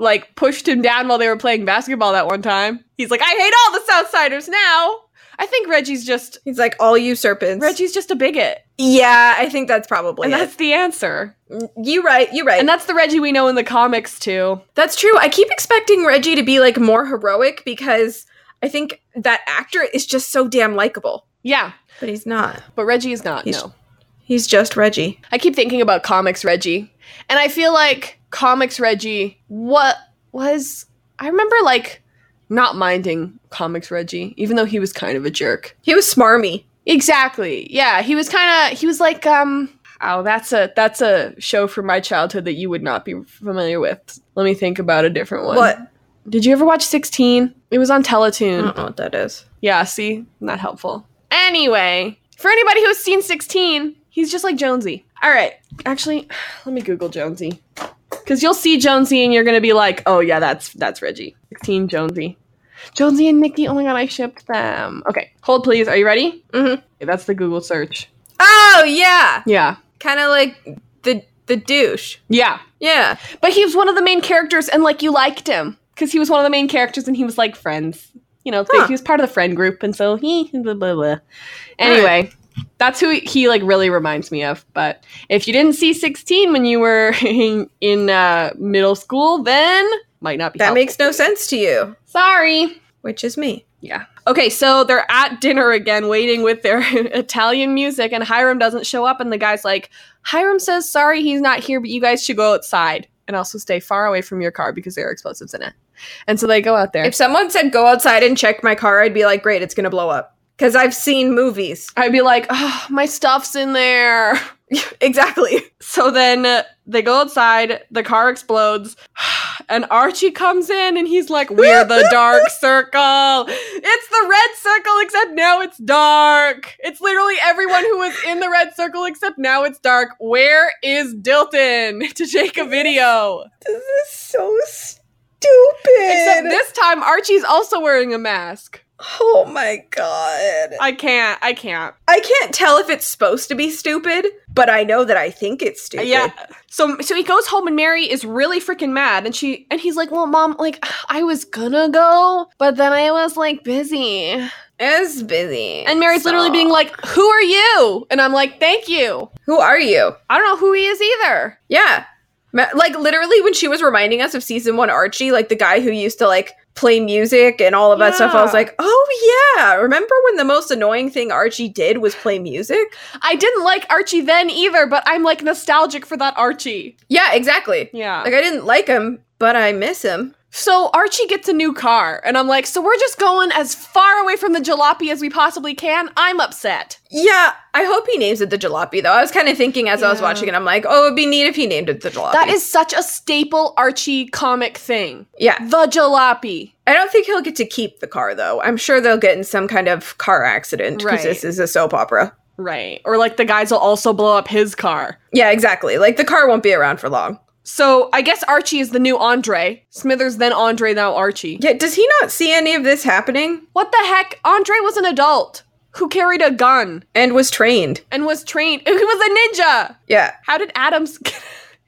like pushed him down while they were playing basketball that one time. He's like, I hate all the Southsiders now. I think Reggie's just He's like, all you serpents. Reggie's just a bigot, Yeah, I think that's probably and it. that's the answer. you right, you right. And that's the Reggie we know in the comics too. that's true. I keep expecting Reggie to be like more heroic because I think that actor is just so damn likable. Yeah, But he's not. but Reggie is not. He's- no, He's just Reggie. I keep thinking about comics Reggie, and I feel like comics Reggie. What was I remember like not minding comics Reggie, even though he was kind of a jerk. He was smarmy. Exactly. Yeah, he was kind of he was like um oh, that's a that's a show from my childhood that you would not be familiar with. Let me think about a different one. What? Uh-uh. Did you ever watch 16? It was on I Teletoon. don't know what that is. Yeah, see? Not helpful. Anyway, for anybody who's seen 16, he's just like Jonesy. All right. Actually, let me Google Jonesy. Cuz you'll see Jonesy and you're going to be like, "Oh yeah, that's that's Reggie." 16 Jonesy. Jonesy and Nikki. Oh my god, I shipped them. Okay. Hold please. Are you ready? Mm-hmm. Mhm. Okay, that's the Google search. Oh yeah. Yeah. Kinda like the the douche. Yeah. Yeah. But he was one of the main characters and like you liked him cuz he was one of the main characters and he was like friends. You know, Huh. he was part of the friend group and so he blah blah blah. Anyway, that's who he like really reminds me of. But if you didn't see 16 when you were in, in uh, middle school, then might not be That helpful. makes no sense to you. Sorry. which is me. Yeah. Okay, so they're at dinner again, waiting with their Italian music, and Hiram doesn't show up, and the guy's like, Hiram says, sorry, he's not here, but you guys should go outside and also stay far away from your car because there are explosives in it. And so they go out there. If someone said go outside and check my car, I'd be like, great, it's gonna blow up. Because I've seen movies. I'd be like, oh, my stuff's in there. exactly. So then uh, they go outside, the car explodes, and Archie comes in and he's like, We're the dark circle. It's the red circle, except now it's dark. It's literally everyone who was in the red circle, except now it's dark. Where is Dilton to take a video? This is so stupid. Except this time, Archie's also wearing a mask. Oh my god. I can't. I can't. I can't tell if it's supposed to be stupid, but I know that I think it's stupid. Yeah. So so he goes home and Mary is really freaking mad and she and he's like, "Well, mom, like I was gonna go, but then I was like busy." It's busy. And Mary's so- literally being like, "Who are you?" And I'm like, "Thank you." Who are you? I don't know who he is either. Yeah. Ma- Like literally when she was reminding us of season one Archie, like the guy who used to like play music and all of that stuff, I was Yeah. like, oh yeah. Remember when the most annoying thing Archie did was play music? I didn't like Archie then either, but I'm like nostalgic for that Archie. Yeah, exactly. Yeah. Like I didn't like him, but I miss him. So Archie gets a new car, and I'm like, so we're just going as far away from the jalopy as we possibly can. I'm upset. Yeah, I hope he names it the jalopy though. I was kind of thinking as I was Yeah. watching it, I'm like, oh, it'd be neat if he named it the jalopy. That is such a staple Archie comic thing. yeah. The jalopy. I don't think he'll get to keep the car though. I'm sure they'll get in some kind of car accident because Right. this is a soap opera. Right. Or like the guys will also blow up his car. Yeah, exactly. Like the car won't be around for long. So I guess Archie is the new Andre. Smithers, then Andre, now Archie. Yeah, does he not see any of this happening? What the heck? Andre was an adult who carried a gun And was trained. and was trained. He was a ninja. Yeah. How did Adams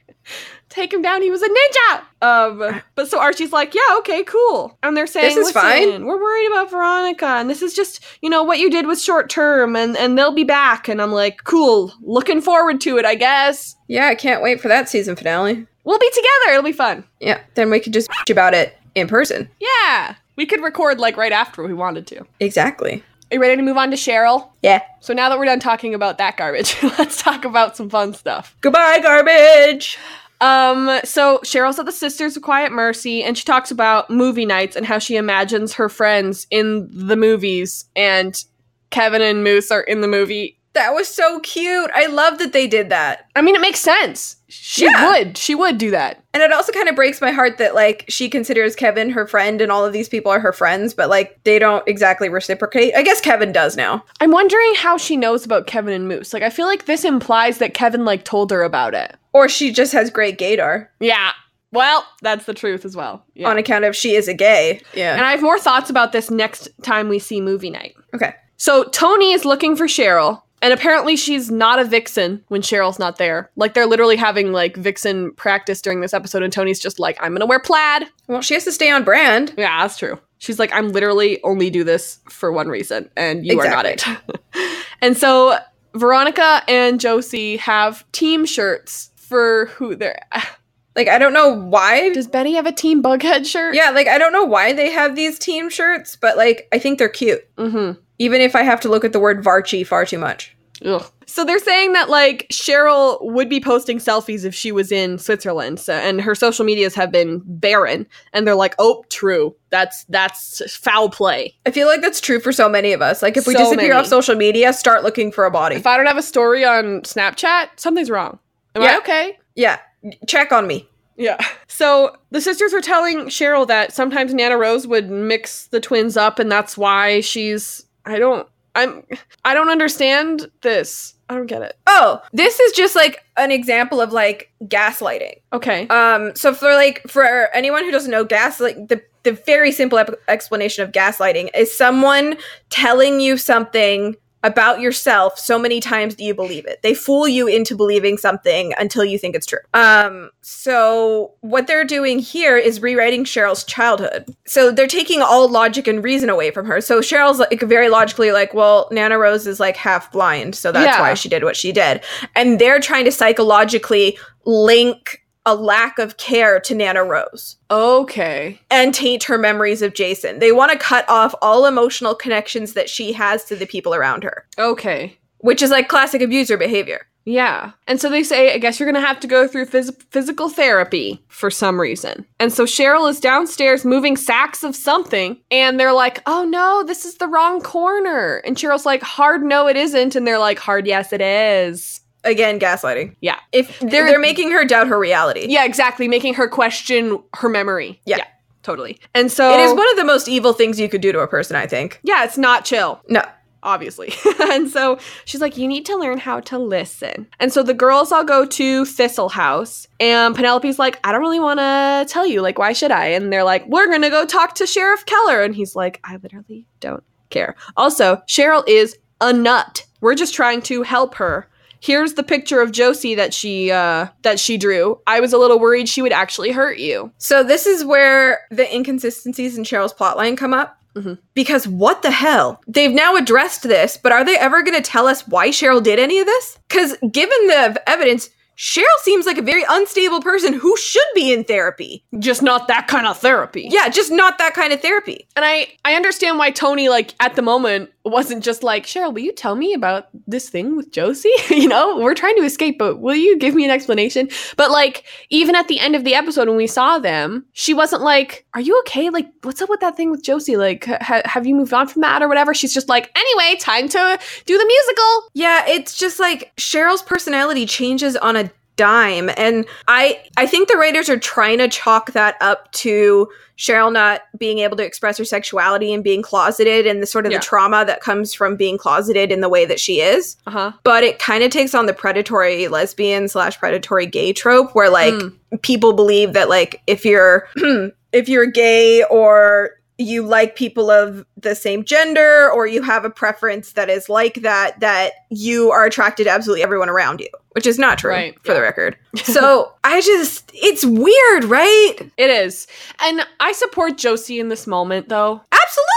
take him down? He was a ninja. Um, but so Archie's like, yeah, okay, cool. And they're saying, This is fine. "Listen, We're worried about Veronica, and this is just, you know, what you did was short term, and and they'll be back. And I'm like, cool, looking forward to it, I guess. Yeah, I can't wait for that season finale. We'll be together. It'll be fun. Yeah, then we could just bitch about it in person. Yeah, we could record like right after we wanted to. Are Exactly. you ready to move on to Cheryl? Yeah. So now that we're done talking about that garbage, let's talk about some fun stuff. Goodbye, garbage. Um, so Cheryl's at the Sisters of Quiet Mercy, and she talks about movie nights and how she imagines her friends in the movies, and Kevin and Moose are in the movie. That was so cute. I love that they did that. I mean, it makes sense. She Yeah. would. She would do that. And it also kind of breaks my heart that like she considers Kevin her friend and all of these people are her friends, but like they don't exactly reciprocate. I guess Kevin does now. I'm wondering how she knows about Kevin and Moose. Like, I feel like this implies that Kevin like told her about it. Or she just has great gaydar Yeah. Well, that's the truth as well. Yeah. on account of she is a gay. and Yeah. I have more thoughts about this next time we see movie night. Okay. So Tony is looking for Cheryl, and apparently she's not a vixen when Cheryl's not there. Like they're literally having like vixen practice during this episode, and Tony's just like, "I'm gonna wear plaid." Well, she has to stay on brand. Yeah, that's true. She's like, "I'm literally only do this for one reason, and you are not it." and so Veronica and Josie have team shirts for who they're. Like I don't know why. Does Benny have a team Bughead shirt? Yeah, like I don't know why they have these team shirts, but like I think they're cute. Mm-hmm. Even if I have to look at the word Varchi far too much. Ugh. So they're saying that like Cheryl would be posting selfies if she was in Switzerland, so, and her social medias have been barren. And they're like, "Oh, true. That's that's foul play. I feel like that's true for so many of us. Like if we So disappear many. off social media, start looking for a body. If I don't have a story on Snapchat, something's wrong. Am I Yeah. okay?" yeah, check on me. Yeah. So the sisters were telling Cheryl that sometimes Nana Rose would mix the twins up, and that's why she's. I don't. I'm. I don't understand this. I don't get it. Oh, this is just like an example of like gaslighting. Okay. Um, so for like for anyone who doesn't know, gaslight the the very simple ep- explanation of gaslighting is someone telling you something about yourself so many times that you believe it. They fool you into believing something until you think it's true. Um, so what they're doing here is rewriting Cheryl's childhood. So they're taking all logic and reason away from her. So Cheryl's like very logically like, well, Nana Rose is like half blind, so that's Yeah. why she did what she did. And they're trying to psychologically link a lack of care to Nana Rose Okay. and taint her memories of Jason. They want to cut off all emotional connections that she has to the people around her, Okay. which is like classic abuser behavior. Yeah. And so they say, I guess you're going to have to go through phys- physical therapy for some reason. And so Cheryl is downstairs moving sacks of something. And they're like, oh no, this is the wrong corner. And Cheryl's like, hard no, it isn't. And they're like, hard yes, it is. Again, gaslighting. Yeah. If they're, they're making her doubt her reality. Yeah, exactly. Making her question her memory. Yeah. totally. And so It is one of the most evil things you could do to a person, I think. Yeah, it's not chill. No. obviously. and so she's like, You need to learn how to listen. And so the girls all go to Thistle House, and Penelope's like, I don't really want to tell you. Like, why should I? And they're like, We're going to go talk to Sheriff Keller. And he's like, I literally don't care. Also, Cheryl is a nut. We're just trying to help her. Here's the picture of Josie that she uh, that she drew. I was a little worried she would actually hurt you. So this is where the inconsistencies in Cheryl's plotline come up. Mhm. Because what the hell? They've now addressed this, but are they ever going to tell us why Cheryl did any of this? Because given the v- evidence, Cheryl seems like a very unstable person who should be in therapy. Just not that kind of therapy. Yeah, just not that kind of therapy. And I I understand why Tony like at the moment wasn't just like Cheryl, will you tell me about this thing with Josie? you know, we're trying to escape, but will you give me an explanation? But like even at the end of the episode when we saw them, she wasn't like, "Are you okay? Like what's up with that thing with Josie? Like ha- have you moved on from that or whatever?" She's just like, "Anyway, time to do the musical." Yeah, it's just like Cheryl's personality changes on a dime and I I think the writers are trying to chalk that up to Cheryl not being able to express her sexuality and being closeted and the sort of Yeah. the trauma that comes from being closeted in the way that she is. Uh-huh. But it kind of takes on the predatory lesbian slash predatory gay trope where like Mm. people believe that like if you're if you're gay or you like people of the same gender or you have a preference that is like that that you are attracted to absolutely everyone around you which is not true Right, for the yeah. record so i just it's weird right It is. And I support Josie in this moment though. absolutely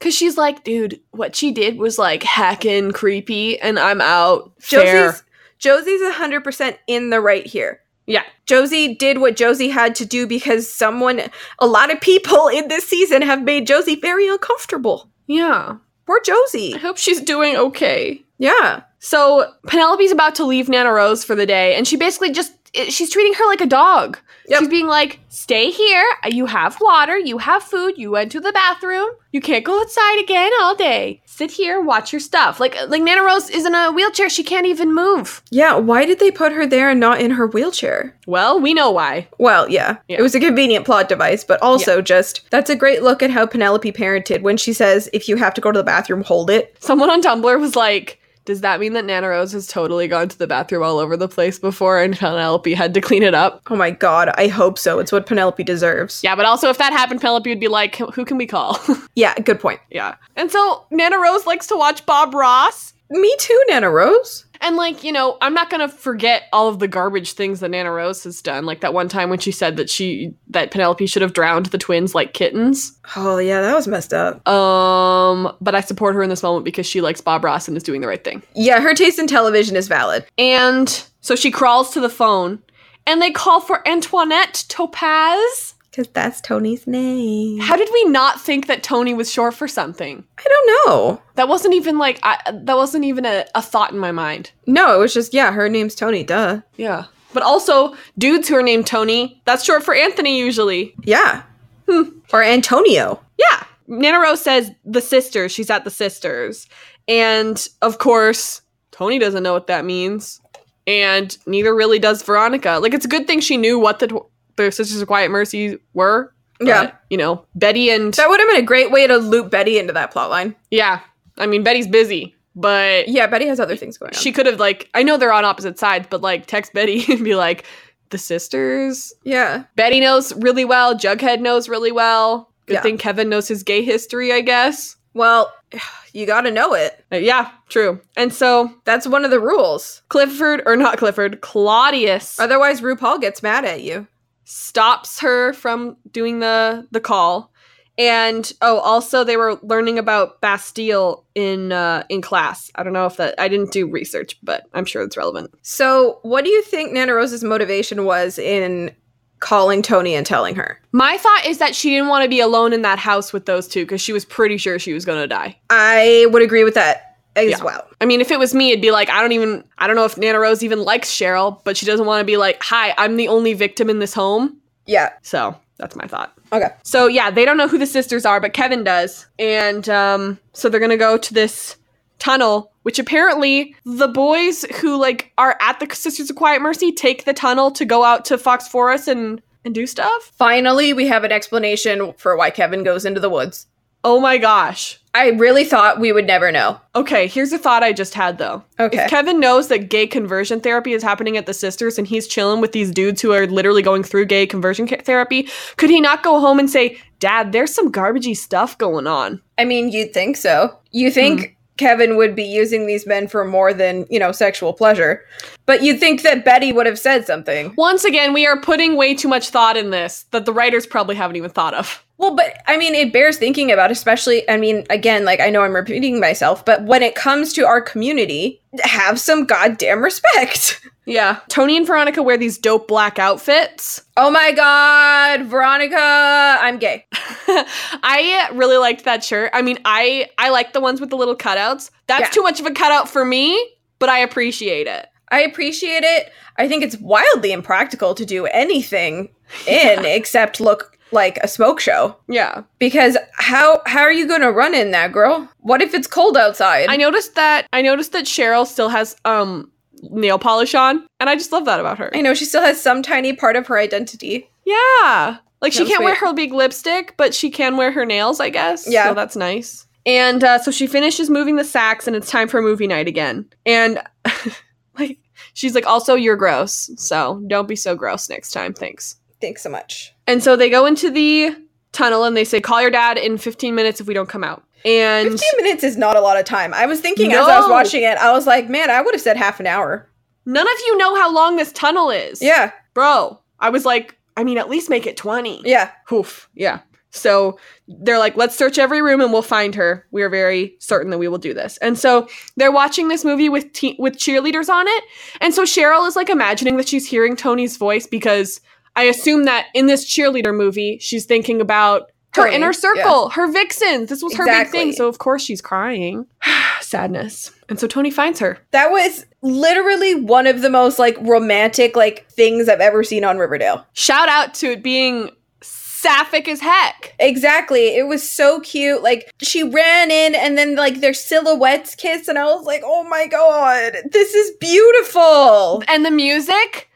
Cause she's like, dude, what she did was like hacking creepy, and I'm out. Fair. josie's josie's 100% in the right here Yeah. Josie did what Josie had to do because someone, a lot of people in this season have made Josie very uncomfortable. yeah. Poor I Josie. hope she's doing okay. Yeah. So Penelope's about to leave Nana Rose for the day, and she basically just i- she's treating her like a dog. Yep. She's being like, "Stay here. You have water. You have food. You went to the bathroom. You can't go outside again all day. Sit here. Watch your stuff." Like like Nana Rose is in a wheelchair. She can't even move. Yeah, why did they put her there and not in her wheelchair? Well, we know why. Well, yeah. Yeah. It was a convenient plot device, but also just that's a great look at how Penelope parented when she says, if you have to go to the bathroom, hold it. Someone on Tumblr was like, "Does that mean that Nana Rose has totally gone to the bathroom all over the place before, and Penelope had to clean it up?" Oh my god, I hope so. It's what Penelope deserves. Yeah, but also if that happened, Penelope would be like, "Who can we call?" Yeah, good point. yeah. And so Nana Rose likes to watch Bob Ross. Me too, Nana Rose. And like, you know, I'm not gonna forget all of the garbage things that Nana Rose has done. Like that one time when she said that she that Penelope should have drowned the twins like kittens. Oh yeah, that was messed up. Um, but I support her in this moment because she likes Bob Ross and is doing the right thing. Yeah, her taste in television is valid. And so she crawls to the phone and they call for Antoinette Topaz. Because that's Tony's name. How did we not think that Tony was short for something? I don't know. That wasn't even like I, that wasn't even a, a thought in my mind. No, it was just, yeah, her name's Tony, duh. Yeah. But also, dudes who are named Tony, that's short for Anthony usually. Yeah. Hmm. Or Antonio. Yeah. Nana Rose says the sisters. She's at the sisters. And of course, Tony doesn't know what that means. And neither really does Veronica. Like, it's a good thing she knew what the, tw- the Sisters of Quiet Mercy were. But, Yeah. You know, Betty and. That would have been a great way to loop Betty into that plotline. Yeah. I mean, Betty's busy, but Yeah, Betty has other things going on. she could have, like, I know they're on opposite sides, but, like, text Betty and be like, the sisters yeah. Betty knows really well. Jughead knows really well. Good Yeah. thing Kevin knows his gay history, I guess. Well, you got to know it. Uh, yeah, true. And so That's one of the rules. Clifford, or not Clifford, Claudius Otherwise, RuPaul gets mad at you. stops her from doing the the call, And oh, also they were learning about Bastille in uh, in class. I don't know if that I didn't do research, but I'm sure it's relevant. So, what do you think Nana Rosa's motivation was in calling Tony and telling her? My thought is that she didn't want to be alone in that house with those two because she was pretty sure she was going to die. I would agree with that as Yeah. well. I mean, if it was me, it'd be like I don't even I don't know if Nana Rose even likes Cheryl, but she doesn't want to be like, "Hi, I'm the only victim in this home." Yeah. So that's my thought. Okay. So yeah, they don't know who the sisters are, but Kevin does, and um, so they're gonna go to this tunnel, which apparently the boys who like are at the Sisters of Quiet Mercy take the tunnel to go out to Fox Forest and and do stuff. Finally, we have an explanation for why Kevin goes into the woods. Oh my gosh. I really thought we would never know. Okay, here's a thought I just had though. Okay. If Kevin knows that gay conversion therapy is happening at the sisters and he's chilling with these dudes who are literally going through gay conversion ca- therapy, could he not go home and say, Dad, there's some garbagey stuff going on? I mean, you'd think so. You think Kevin would be using these men for more than, you know, sexual pleasure. But you'd think that Betty would have said something. Once again, we are putting way too much thought in this that the writers probably haven't even thought of. Well, but I mean, it bears thinking about, especially, I mean, again, like I know I'm repeating myself, but when it comes to our community, have some goddamn respect. Yeah. Tony and Veronica wear these dope black outfits. Oh my god, Veronica, I'm gay. I really liked that shirt. I mean, I I like the ones with the little cutouts. That's Yeah. too much of a cutout for me, but I appreciate it. I appreciate it. I think it's wildly impractical to do anything in except look like a smoke show. Yeah. Because how how are you gonna run in that girl? What if it's cold outside? I noticed that I noticed that Cheryl still has um nail polish on, and I just love that about her. I know she still has some tiny part of her identity. Yeah. Like she That was can't wear sweet. her big lipstick, but she can wear her nails, I guess. Yeah. So that's nice. And uh, so she finishes moving the sacks and it's time for movie night again. And like she's like, also you're gross, so don't be so gross next time, thanks. Thanks so much. And so they go into the tunnel and they say, Call your dad in fifteen minutes if we don't come out. And Fifteen minutes is not a lot of time. I was thinking as I was No. watching it, I was like, man, I would have said half an hour. none of you know how long this tunnel is. Yeah, bro i was like i mean at least make it 20 yeah. Oof. yeah so they're like let's search every room and we'll find her we are very certain that we will do this and so they're watching this movie with te- with cheerleaders on it and so cheryl is like imagining that she's hearing tony's voice because i assume that in this cheerleader movie she's thinking about her Tony, inner circle her vixens this was her big Exactly. thing so of course she's crying sadness and so tony finds her That was literally one of the most like romantic like things I've ever seen on Riverdale. shout out to it being sapphic as heck Exactly. It was so cute. Like she ran in and then like their silhouettes kissed and I was like, "Oh my god, this is beautiful." and the music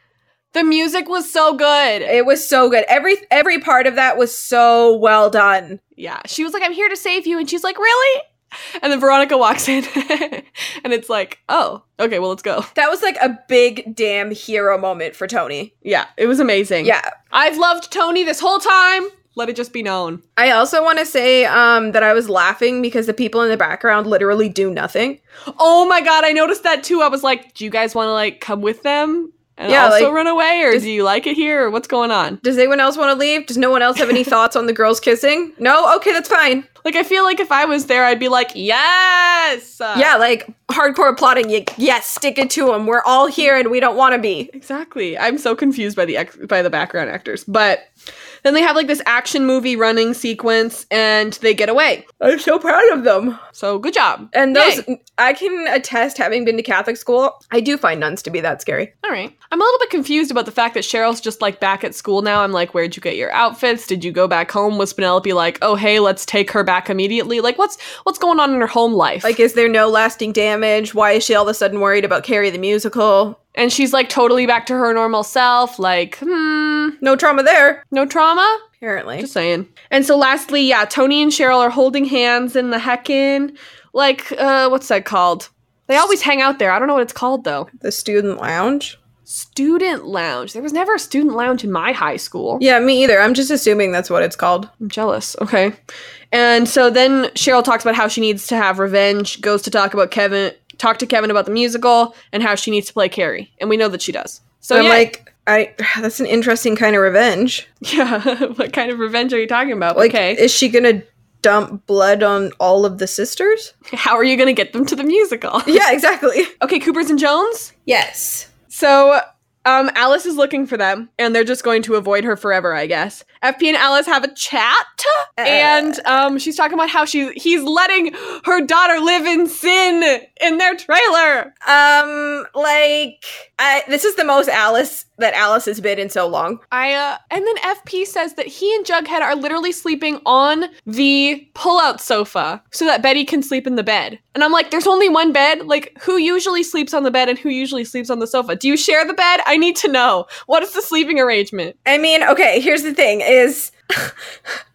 the music was so good It was so good. Every every part of that was so well done. yeah she was like i'm here to save you and she's like really and then veronica walks in and it's like oh okay well let's go That was like a big damn hero moment for Tony. yeah it was amazing Yeah. i've loved tony this whole time let it just be known I also want to say um that I was laughing because the people in the background literally do nothing. oh my god i noticed that too i was like do you guys want to like come with them and Yeah, also like, run away or just- do you like it here or what's going on Does anyone else want to leave? Does no one else have any thoughts on the girls kissing? No? Okay, that's fine. like i feel like if i was there i'd be like yes yeah, like hardcore plotting. You, yes, stick it to them. We're all here and we don't want to be. Exactly. I'm so confused by the ex- by the background actors. But then they have like this action movie running sequence and they get away. I'm so proud of them. So good job. And those, Yay. I can attest, having been to Catholic school, I do find nuns to be that scary. All right. I'm a little bit confused about the fact that Cheryl's just like back at school now. I'm like, where'd you get your outfits? Did you go back home? Was Penelope like, oh hey, let's take her back immediately? Like what's what's going on in her home life? Like, is there no lasting damage? Why is she all of a sudden worried about Carrie the musical? and she's like totally back to her normal self, like, hmm, No trauma there, no trauma? apparently. Just saying. And so lastly, yeah, Tony and Cheryl are holding hands in the heckin' like uh what's that called? They always hang out there. I don't know what it's called though. the student lounge. Student lounge. There was never a student lounge in my high school. Yeah, me either. I'm just assuming that's what it's called. I'm jealous. Okay. And so then Cheryl talks about how she needs to have revenge, goes to talk about Kevin talk to Kevin about the musical and how she needs to play Carrie. And we know that she does. So I'm yeah, like, I that's an interesting kind of revenge. Yeah. what kind of revenge are you talking about? Like, okay. is she gonna dump blood on all of the sisters? How are you going to get them to the musical? Yeah, exactly. okay, Coopers and Jones. Yes. So um, Alice is looking for them, and they're just going to avoid her forever, I guess. FP and Alice have a chat, Uh. and um, she's talking about how she he's letting her daughter live in sin in their trailer. Um, like I, this is the most Alice that Alice has been in so long. I uh, and then FP says that he and Jughead are literally sleeping on the pull-out sofa so that Betty can sleep in the bed. And I'm like, there's only one bed. Like, who usually sleeps on the bed and who usually sleeps on the sofa? Do you share the bed? I need to know. What is the sleeping arrangement? I mean, okay, here's the thing is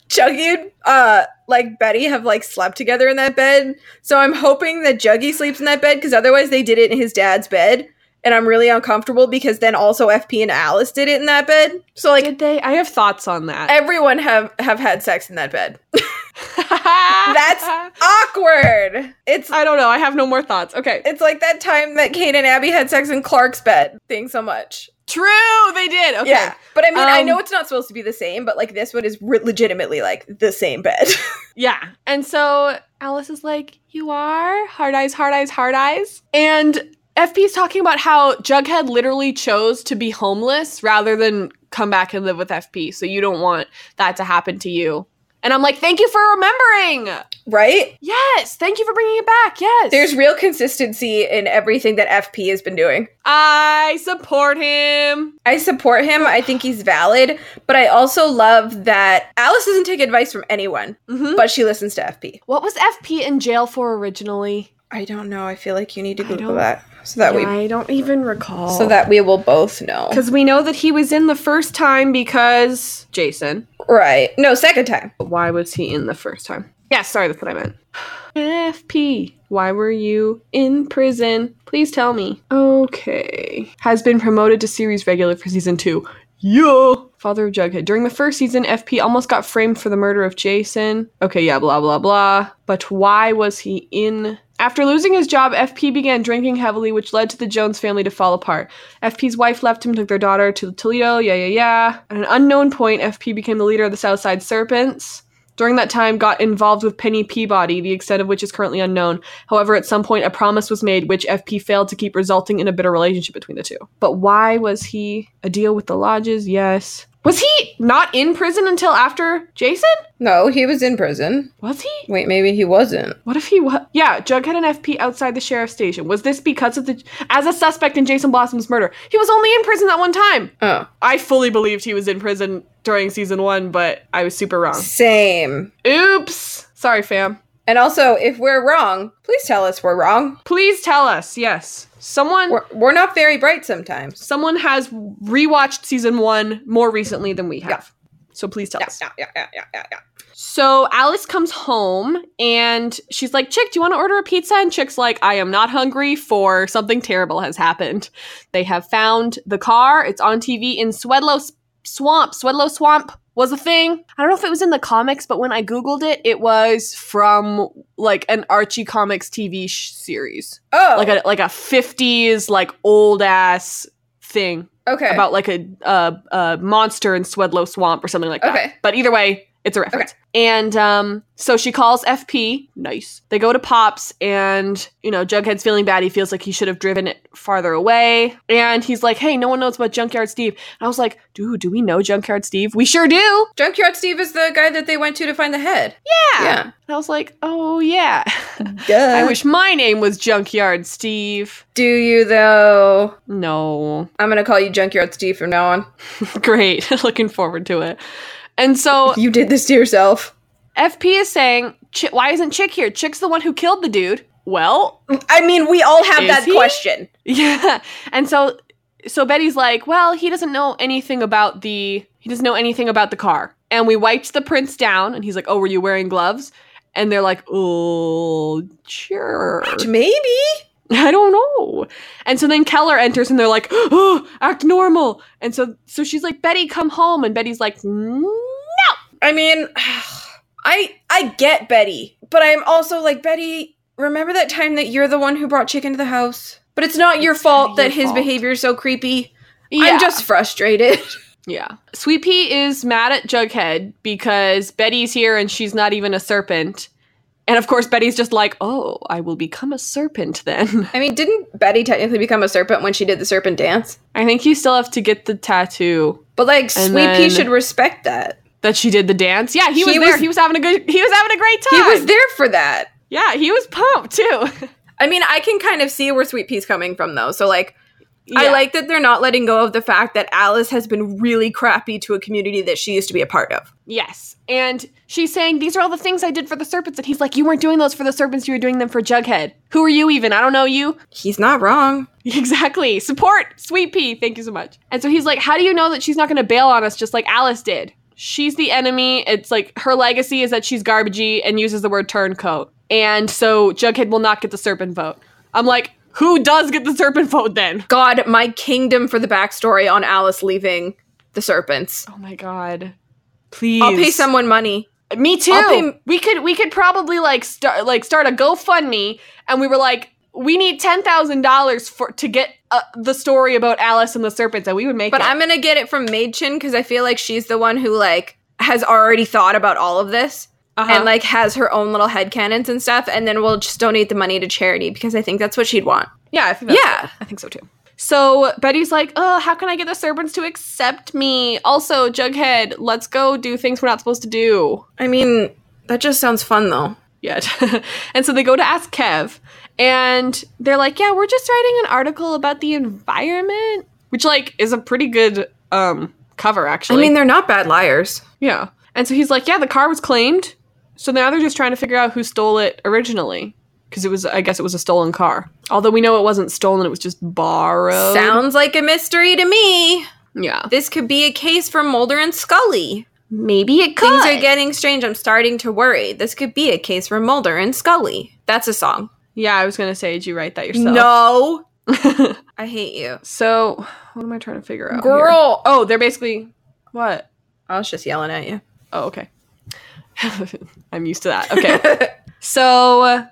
Juggy and uh like Betty have like slept together in that bed. So I'm hoping that Juggy sleeps in that bed because otherwise they did it in his dad's bed. And I'm really uncomfortable because then also FP and Alice did it in that bed. So like Did they? I have thoughts on that. everyone have have had sex in that bed. That's- Awkward. It's I don't know. I have no more thoughts. Okay. it's like that time that Kate and Abby had sex in Clark's bed. Thanks so much. True, they did. Okay. Yeah, but I mean, I Um, know it's not supposed to be the same, but like this one is re- legitimately like the same bed. Yeah. And so Alice is like, You are? Hard eyes, hard eyes, hard eyes. And FP is talking about how Jughead literally chose to be homeless rather than come back and live with FP. So you don't want that to happen to you. And I'm like, Thank you for remembering. right? Yes. Thank you for bringing it back. Yes. There's real consistency in everything that FP has been doing. I support him. I support him. I think he's valid, but I also love that Alice doesn't take advice from anyone, hmm but she listens to FP. What was FP in jail for originally? I don't know. I feel like you need to I Google don't- that so that we I don't even recall. so that we will both know. Because we know that he was in the first time because Jason. Right? No, second time. But why was he in the first time? Yeah, sorry, that's what I meant. FP, why were you in prison? Please tell me. Okay. Has been promoted to series regular for season two. Yeah. Father of Jughead. During the first season, FP almost got framed for the murder of Jason. Okay, yeah, blah, blah, blah. But why was he in? After losing his job, FP began drinking heavily, which led to the Jones family to fall apart. FP's wife left him, took their daughter to Toledo, yeah, yeah, yeah. At an unknown point, FP became the leader of the Southside Serpents. During that time, got involved with Penny Peabody, the extent of which is currently unknown. However, at some point, a promise was made, which FP failed to keep, resulting in a bitter relationship between the two. But why was he a deal with the lodges? Yes. Was he not in prison until after Jason? No, he was in prison. Was he? Wait, maybe he wasn't. What if he was? Yeah, Jughead and FP outside the sheriff's station. Was this because of the as a suspect in Jason Blossom's murder? He was only in prison that one time. Oh, I fully believed he was in prison during season one, but I was super wrong. same. Oops. Sorry, fam. And also, if we're wrong, please tell us we're wrong. Please tell us. Yes, someone We're, we're not very bright sometimes. someone has rewatched season one more recently than we have. So please tell Yeah, us. yeah, yeah, yeah, yeah, yeah, yeah. So Alice comes home and she's like, Chick, do you want to order a pizza? And Chick's like, I am not hungry for something terrible has happened. They have found the car. It's on TV in Swedlow S- Swamp. Swedlow Swamp was a thing. I don't know if it was in the comics, but when I Googled it, it was from like an Archie Comics TV sh- series. Oh, Like a like a 50s, like old ass thing okay. about like a, uh, a monster in Swedlow Swamp or something like that. Okay. But either way, it's a reference. And um, so she calls FP. Nice. They go to Pops, and you know Jughead's feeling bad. He feels like he should have driven it farther away. And he's like, "Hey, no one knows about Junkyard Steve." And I was like, "Dude, do we know Junkyard Steve? We sure do." Junkyard Steve is the guy that they went to to find the head. Yeah. And I was like, "Oh yeah." Duh. I wish my name was Junkyard Steve. Do you though? No. I'm gonna call you Junkyard Steve from now on. Great. Looking forward to it. And so You did this to yourself. FP is saying, Ch- why isn't Chick here? Chick's the one who killed the dude. Well, I mean, we all have Is that he? question. yeah. And so, so Betty's like, well, he doesn't know anything about the, he doesn't know anything about the car. And we wiped the prints down. And he's like, oh, were you wearing gloves? And they're like, oh, sure. Maybe. I don't know. And so then Keller enters and they're like, oh, act normal. And so, so she's like, Betty, come home. And Betty's like, "Hmm?" no. I mean, I I get Betty, but I'm also like Betty. Remember that time that you're the one who brought Chick into the house? But it's not your It's fault kinda that your his fault. behavior is so creepy. Yeah. I'm just frustrated. Yeah. Sweet Pea is mad at Jughead because Betty's here and she's not even a serpent. And of course, Betty's just like, oh, I will become a serpent then. I mean, didn't Betty technically become a serpent when she did the serpent dance? I think you still have to get the tattoo But like, And Sweet Pea then- should respect that. that she did the dance. Yeah, he He was there. was- he was having a good. He was having a great He time. was there for that. Yeah, he was pumped too. I mean, I can kind of see where Sweet Pea's coming from though. So like, I Yeah. like that they're not letting go of the fact that Alice has been really crappy to a community that she used to be a part of. Yes. And she's saying, These are all the things I did for the serpents. And he's like, You weren't doing those for the serpents, you were doing them for Jughead. Who are you even? I don't know you. He's not wrong. Exactly. Support, Sweet Pea. Thank you so much. And so he's like, How do you know that she's not going to bail on us just like Alice did? She's the enemy. It's like her legacy is that she's garbagey and uses the word turncoat. And so Jughead will not get the serpent vote. I'm like, Who does get the serpent vote then? God, my kingdom for the backstory on Alice leaving the serpents. Oh my God. Please. I'll pay someone money. Me too. I'll pay- we could we could probably like start like start a GoFundMe, and we were like, we need ten thousand dollars for to get uh, the story about Alice and the Serpents, and we would make. But it. I'm gonna get it from Maidchen because I feel like she's the one who like has already thought about all of this Uh-huh. and like has her own little headcanons and stuff, and then we'll just donate the money to charity because I think that's what she'd want. yeah, I think that's yeah. I think so too. So Betty's like, oh, how can I get the Serpents to accept me? Also, Jughead, let's go do things we're not supposed to do. I mean, that just sounds fun though. yet. and so they go to ask Kev, and they're like, "Yeah, we're just writing an article about the environment," which like is a pretty good um cover I actually. mean, they're not bad liars. yeah. And so he's like, "Yeah, the car was claimed." So now they're just trying to figure out who stole it originally because it was I guess it was a stolen car. Although we know it wasn't stolen, it was just borrowed. Sounds like a mystery to me. yeah. This could be a case for Mulder and Scully. Maybe it Things are getting strange. I'm starting to worry. This could be a case for Mulder and Scully. That's a song. yeah, I was going to say did you write that yourself? No. I hate you. So, what am I trying to figure out? here? Girl. Oh, they're basically what? I was just yelling at you. Oh, okay. I'm used to that. Okay. so uh,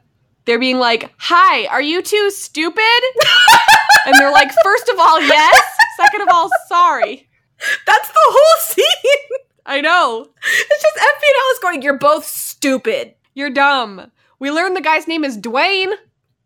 they're being like, Hi, are you two stupid? and they're like, First of all, yes. Second of all, sorry. That's the whole scene. I know. It's just Effie and Alice going, You're both stupid. You're dumb. We learned the guy's name is Dwayne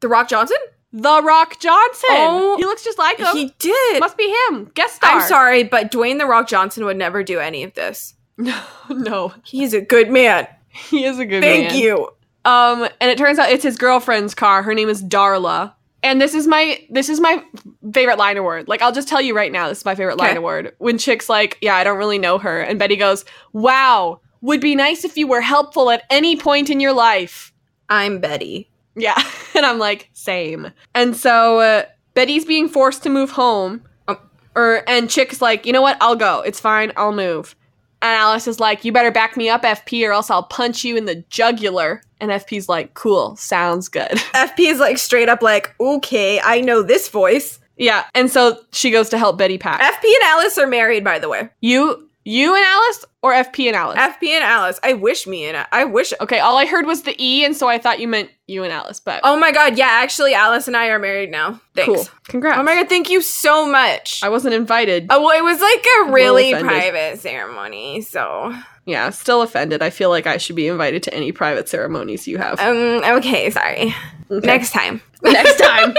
The Rock Johnson? The Rock Johnson. Oh, he looks just like him. He did. Must be him. Guest star. I'm sorry, but Dwayne The Rock Johnson would never do any of this. No, no. He's a good man. He is a good man. Thank you. Um, and it turns out it's his girlfriend's car. Her name is Darla. And this is my this is my favorite line award. Like I'll just tell you right now, this is my favorite line Okay. award. When Chick's like, "Yeah, I don't really know her," and Betty goes, "Wow, would be nice if you were helpful at any point in your life." I'm Betty. Yeah, and I'm like, same. And so uh, Betty's being forced to move home, Um. or and Chick's like, "You know what? I'll go. It's fine. I'll move." And Alice is like, "You better back me up, FP, or else I'll punch you in the jugular." And FP's like, "Cool, sounds good." FP is like straight up like, okay, I know this voice. yeah, and so she goes to help Betty pack. FP and Alice are married, by the way. you, you and Alice, or FP and Alice? FP and Alice. I wish me and I wish. okay, all I heard was the E, and so I thought you meant you and Alice, but Oh my god, yeah, actually, Alice and I are married now. Thanks. cool, congrats. Oh my god, thank you so much. I wasn't invited. Oh, well, it was like a little really offended. private ceremony, so. Yeah, still offended. I feel like I should be invited to any private ceremonies you have. Um, okay, sorry. Okay. Next time. next time.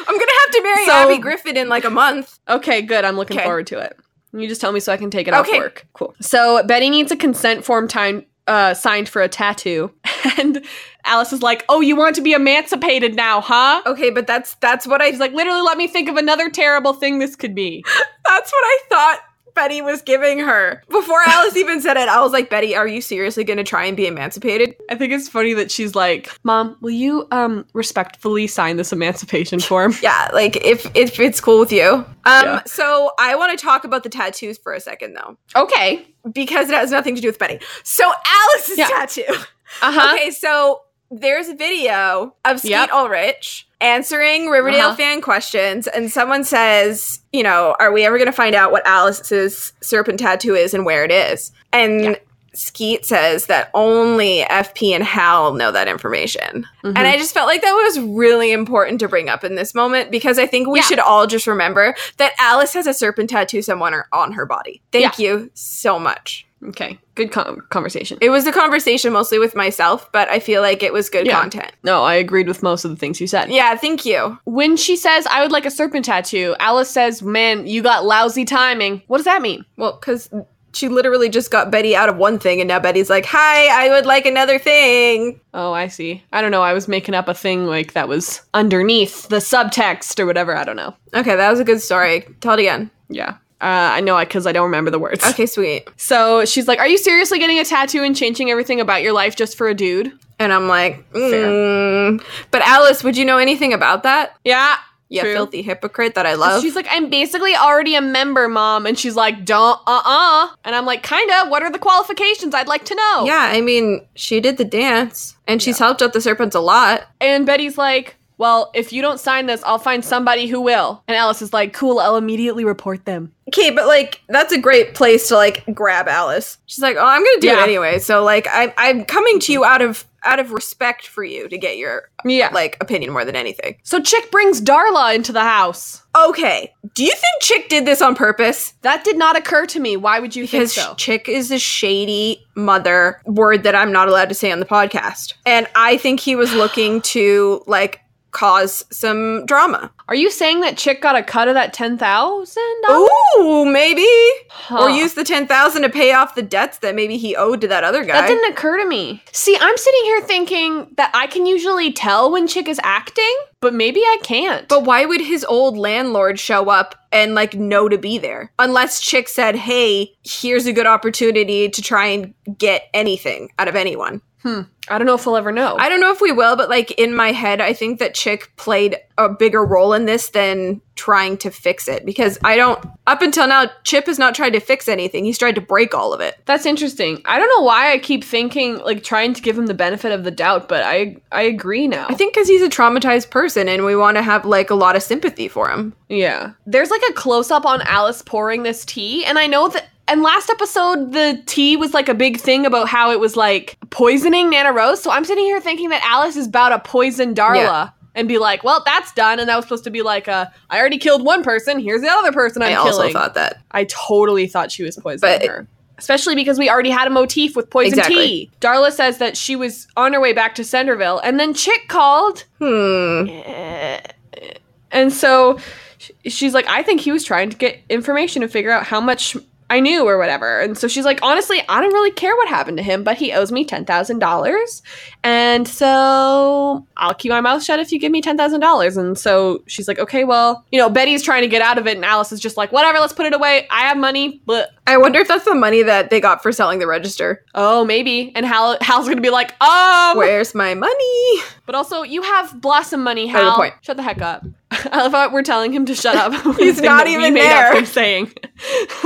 I'm gonna have to marry So- Abby Griffin in like a month. Okay, good. I'm looking Okay. forward to it. You just tell me so I can take it off Okay. work. Cool. So Betty needs a consent form time uh, signed for a tattoo, and Alice is like, "Oh, you want to be emancipated now, huh?" Okay, but that's that's what I She's like, "Literally, let me think of another terrible thing this could be." that's what I thought Betty was giving her. Before Alice even said it, I was like, Betty, are you seriously gonna try and be emancipated? I think it's funny that she's like, "Mom, will you um respectfully sign this emancipation form?" Yeah, like if if it's cool with you. Um Yeah. so I wanna talk about the tattoos for a second though. okay. Because it has nothing to do with Betty. So Alice's Yeah. tattoo. Uh huh. Okay, so there's a video of Skeet Yep. Ulrich answering Riverdale Uh-huh. fan questions, and someone says, you know, are we ever going to find out what Alice's serpent tattoo is and where it is? And Skeet says that only FP and Hal know that information. Mhm. And I just felt like that was really important to bring up in this moment because I think we Yeah. should all just remember that Alice has a serpent tattoo somewhere on her body. Thank you so much. okay, good con conversation. It was a conversation mostly with myself, but I feel like it was good Yeah. content. no, I agreed with most of the things you said. Yeah, thank you. When she says, I would like a serpent tattoo, Alice says, Man, you got lousy timing. What does that mean? Well, because she literally just got Betty out of one thing, and now Betty's like, "Hi, I would like another thing." Oh, I see. I don't know. I was making up a thing like that was underneath the subtext or whatever. I don't know. Okay, that was a good story. Tell it again. Yeah. Uh, I know I because I don't remember the words. Okay, sweet. So she's like, Are you seriously getting a tattoo and changing everything about your life just for a dude? And I'm like, mm. but Alice, would you know anything about that? Yeah. Yeah, True. filthy hypocrite that I love. She's like, I'm basically already a member, mom. And she's like, Don't, uh uh. And I'm like, Kinda. What are the qualifications? I'd like to know. yeah, I mean, she did the dance, and she's helped out the serpents a lot. And Betty's like, well, if you don't sign this, I'll find somebody who will. And Alice is like, cool, I'll immediately report them. Okay, but like, that's a great place to like grab Alice. She's like, oh, I'm gonna do Yeah. it anyway. So like, I'm I'm coming to you out of out of respect for you to get your Yeah. like opinion more than anything. so Chick brings Darla into the house. Okay. Do you think Chick did this on purpose? That did not occur to me. Why would you Because think so? Chick is a shady mother word that I'm not allowed to say on the podcast. And I think he was looking to like cause some drama. Are you saying that Chick got a cut of that ten thousand dollars? Ooh, maybe. Or use the 10,000 to pay off the debts that maybe he owed to that other guy. That didn't occur to me. See, I'm sitting here thinking that I can usually tell when Chick is acting, but maybe I can't. but why would his old landlord show up and like know to be there? Unless Chick said, "Hey, here's a good opportunity to try and get anything out of anyone." I don't know if we'll ever know. I don't know if we will, but like in my head, I think that Chick played a bigger role in this than trying to fix it because I don't, up until now, Chip has not tried to fix anything. He's tried to break all of it. That's interesting. I don't know why I keep thinking like trying to give him the benefit of the doubt, but I I agree now. I think because he's a traumatized person and we want to have like a lot of sympathy for him. Yeah. There's like a close up on Alice pouring this tea, and I know that. And last episode, the tea was like a big thing about how it was like poisoning Nana Rose. So I'm sitting here thinking that Alice is about to poison Darla Yeah. and be like, well, that's done. And that was supposed to be like, a, I already killed one person. Here's the other person I'm i also killing. thought that. I totally thought she was poisoning But- her. Especially because we already had a motif with poison Exactly. tea. Darla says that she was on her way back to Centerville, and then Chick called Hmm. and so sh- she's like, I think he was trying to get information to figure out how much I knew or whatever. And so she's like, honestly, I don't really care what happened to him, but he owes me $10,000. And so I'll keep my mouth shut if you give me $10,000. And so she's like, okay, well, you know, Betty's trying to get out of it. And Alice is just like, whatever, let's put it away. I have money. But I wonder if that's the money that they got for selling the register. oh, maybe. And Hal, Hal's going to be like, um, Where's my money? but also you have blossom money, I have a Hal. point. Shut the heck up. I love how we're telling him to shut up. He's Thing not that we even made there. Up from saying.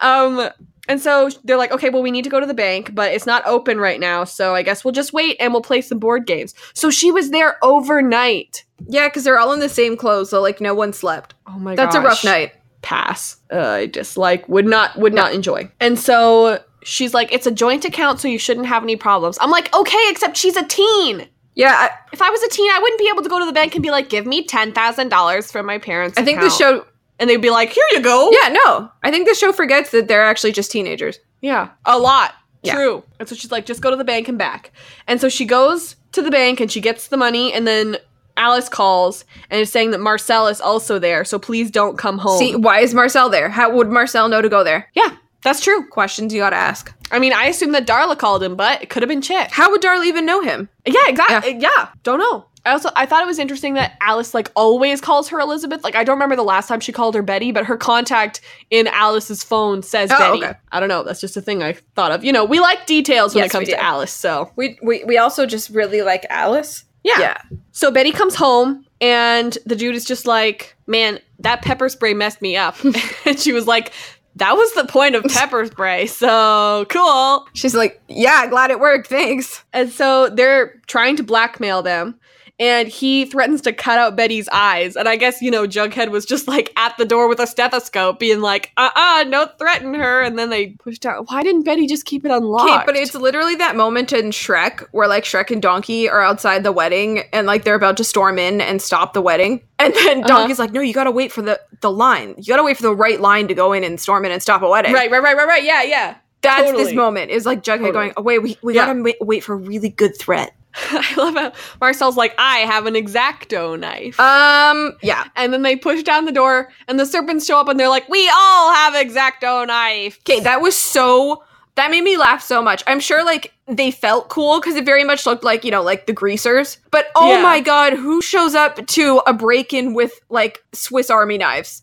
um, and so they're like, okay, well, we need to go to the bank, but it's not open right now, so I guess we'll just wait and we'll play some board games. So she was there overnight. Yeah, because they're all in the same clothes, so like no one slept. Oh my god, That's a rough night. pass. Uh, I dislike. Would not. Would not enjoy. And so she's like, it's a joint account, so you shouldn't have any problems. I'm like, okay, except she's a teen. Yeah, I, If I was a teen, I wouldn't be able to go to the bank and be like, "Give me ten thousand dollars from my parents." I think account." this show and they'd be like, "Here you go." Yeah, no. I think the show forgets that they're actually just teenagers. yeah, a lot. Yeah. True. And so she's like, "Just go to the bank and back." And so she goes to the bank and she gets the money, and then Alice calls and is saying that Marcel is also there, so please don't come home. See, why is Marcel there? How would Marcel know to go there? yeah, that's true. Questions you gotta ask. I mean, I assume that Darla called him, but it could have been Chick. How would Darla even know him? Yeah, exactly. Yeah. don't know. I also I thought it was interesting that Alice like always calls her Elizabeth. Like I don't remember the last time she called her Betty, but her contact in Alice's phone says Oh, Betty. okay. I don't know. That's just a thing I thought of. You know, we like details when Yes, it comes we to do. Alice. So We we, we also just really like Alice. yeah. Yeah. So Betty comes home and the dude is just like, "Man, that pepper spray messed me up." and she was like, "That was the point of pepper spray." So cool. She's like, Yeah, glad it worked, thanks. And so they're trying to blackmail them. and he threatens to cut out Betty's eyes. And I guess, you know, Jughead was just like at the door with a stethoscope, being like, uh uh, no, threaten her. And then they pushed out. Why didn't Betty just keep it unlocked? Okay, but it's literally that moment in Shrek where like Shrek and Donkey are outside the wedding and like they're about to storm in and stop the wedding. And then Uh-huh. Donkey's like, "No, you got to wait for the the line. You got to wait for the right line to go in and storm in and stop a wedding." Right, right, right, right, right. Yeah, yeah. That's this Totally. moment is like Jughead Totally. going, "Oh wait, we we Yeah. got to ma- wait for a really good threat." I love how Marcel's like, I have an exacto knife. Um, yeah. and then they push down the door, and the serpents show up, and they're like, "We all have exacto knife." Okay, that was so that made me laugh so much. I'm sure like they felt cool because it very much looked like, you know, like the greasers. But oh Yeah. my god, who shows up to a break-in with like Swiss Army knives?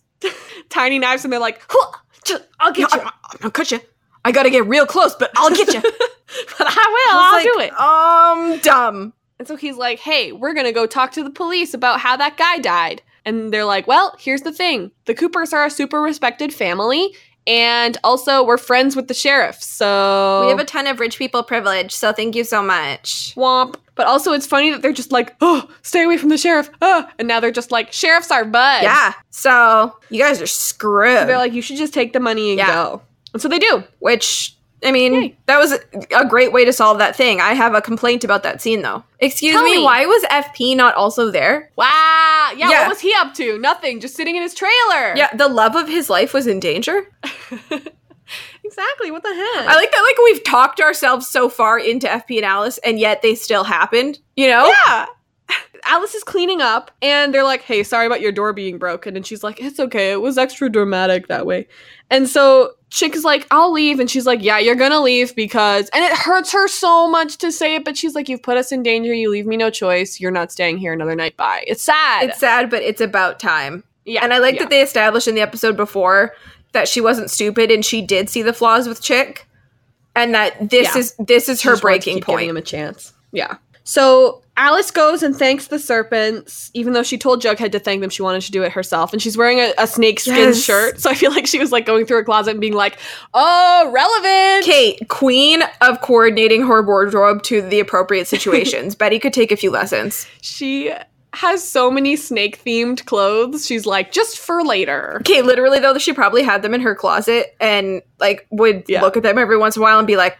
Tiny knives, and they're like, "Huh, tch, "I'll get No, you, I'm, I'm gonna cut you. I gotta get real close, but I'll get you. but I will. I'll do it." Um, dumb. And so he's like, "Hey, we're gonna go talk to the police about how that guy died." And they're like, "Well, here's the thing: the Coopers are a super respected family, and also we're friends with the sheriff, so We have a ton of rich people privilege, so thank you so much. swamp. But also, it's funny that they're just like, oh, stay away from the sheriff. Oh. And now they're just like, sheriff's our bud. Yeah. So you guys are screwed. So they're like, you should just take the money and Yeah. go. And so they do. Which I mean, Yay. that was a- a great way to solve that thing. I have a complaint about that scene though. Excuse Tell me, me. why was FP not also there? Wow. Yeah, Yeah. What was he up to? Nothing. Just sitting in his trailer. Yeah, the love of his life was in danger. Exactly. What the heck? I like that like we've talked ourselves so far into FP and Alice and yet they still happened, you know? Yeah. Alice is cleaning up and they're like, hey, sorry about your door being broken. And she's like, it's okay. It was extra dramatic that way. And so Chick is like, I'll leave. And she's like, yeah, you're going to leave because. And it hurts her so much to say it, but she's like, you've put us in danger. You leave me no choice. You're not staying here another night. Bye. It's sad. It's sad, but it's about time. yeah. And I like yeah. that they established in the episode before that she wasn't stupid and she did see the flaws with Chick and that this Yeah. is this is She her just wanted to breaking keep Giving point. him a chance. Yeah. So Alice goes and thanks the serpents, even though she told Jughead to thank them. She wanted to do it herself, and she's wearing a, a snakeskin Yes. shirt. So I feel like she was like going through her closet and being like, "Oh, relevant." Okay, queen of coordinating her wardrobe to the appropriate situations. Betty could take a few lessons. She has so many snake themed clothes. She's like, just for later. Okay, literally though, she probably had them in her closet and like would Yeah. look at them every once in a while and be like,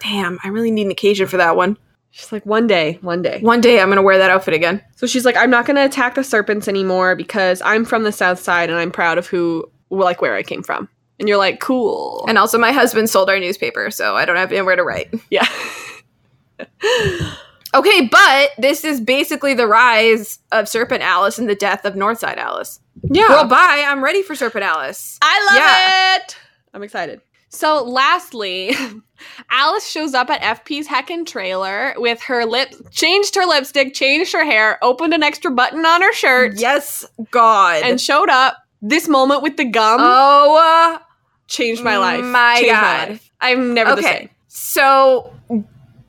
"Damn, I really need an occasion for that one. She's like, one day, one day. One day I'm gonna wear that outfit again." So she's like, I'm not going to attack the serpents anymore because I'm from the south side and I'm proud of who, like, where I came from. And you're like, cool. And also, my husband sold our newspaper, so I don't have anywhere to write. yeah. Okay, but this is basically the rise of Serpent Alice and the death of Northside Alice. Yeah. Well, bye. I'm ready for Serpent Alice. I love Yeah. it. I'm excited. So, lastly, Alice shows up at FP's heckin' trailer with her lip changed her lipstick, changed her hair, opened an extra button on her shirt, Yes, God. and showed up. This moment with the gum oh, uh, changed my life. my Changed God. life. I'm never the Okay. same. So,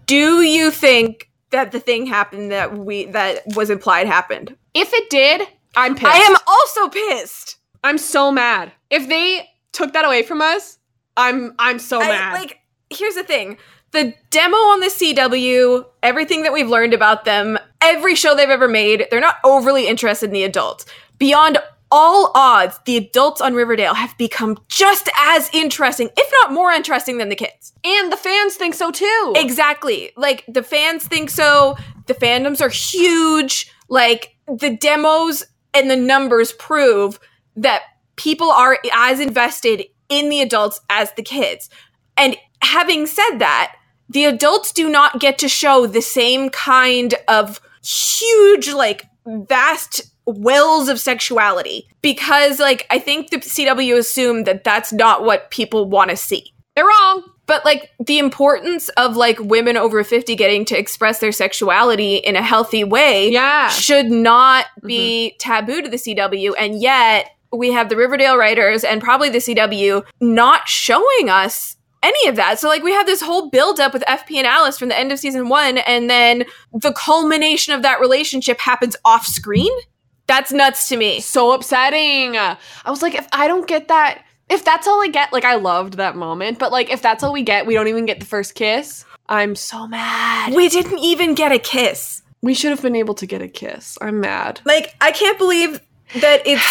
do you think that the thing happened that we that was implied happened? If it did, I'm pissed. I am also pissed. I'm so mad. If they took that away from us, I'm I'm so I, mad. like, here's the thing: the demo on the CW, everything that we've learned about them, every show they've ever made, they're not overly interested in the adults. Beyond all odds, the adults on Riverdale have become just as interesting, if not more interesting, than the kids. and the fans think so too. Exactly. Like the fans think so. The fandoms are huge. Like the demos and the numbers prove that people are as invested in the adults as the kids. And having said that, the adults do not get to show the same kind of huge, like vast wells of sexuality because, like, I think the CW assumed that that's not what people want to see They're wrong. but like the importance of like women over 50 getting to express their sexuality in a healthy way Yeah. should not be taboo to the CW and yet we have the Riverdale writers and probably the CW not showing us any of that. So like we have this whole build up with FP and Alice from the end of season 1 and then the culmination of that relationship happens off screen. That's nuts to me. so upsetting. I was like, if I don't get that, if that's all I get, like I loved that moment, but like if that's all we get, we don't even get the first kiss. I'm so mad. We didn't even get a kiss. We should have been able to get a kiss. I'm mad. Like, I can't believe that it's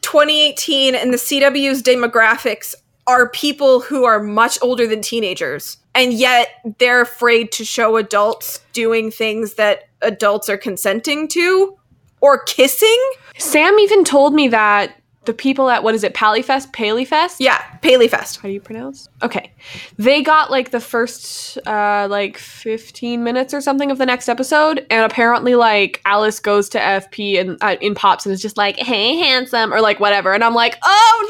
2018 and the CW's demographics are people who are much older than teenagers. And yet they're afraid to show adults doing things that adults are consenting to or kissing. Sam even told me that the people at what is it, Pallyfest, Paleyfest? Yeah, Paleyfest. How do you pronounce? Okay, they got like the first uh, like fifteen minutes or something of the next episode, and apparently like Alice goes to FP and uh, in pops and is just like, "Hey, handsome," or like whatever, and I'm like,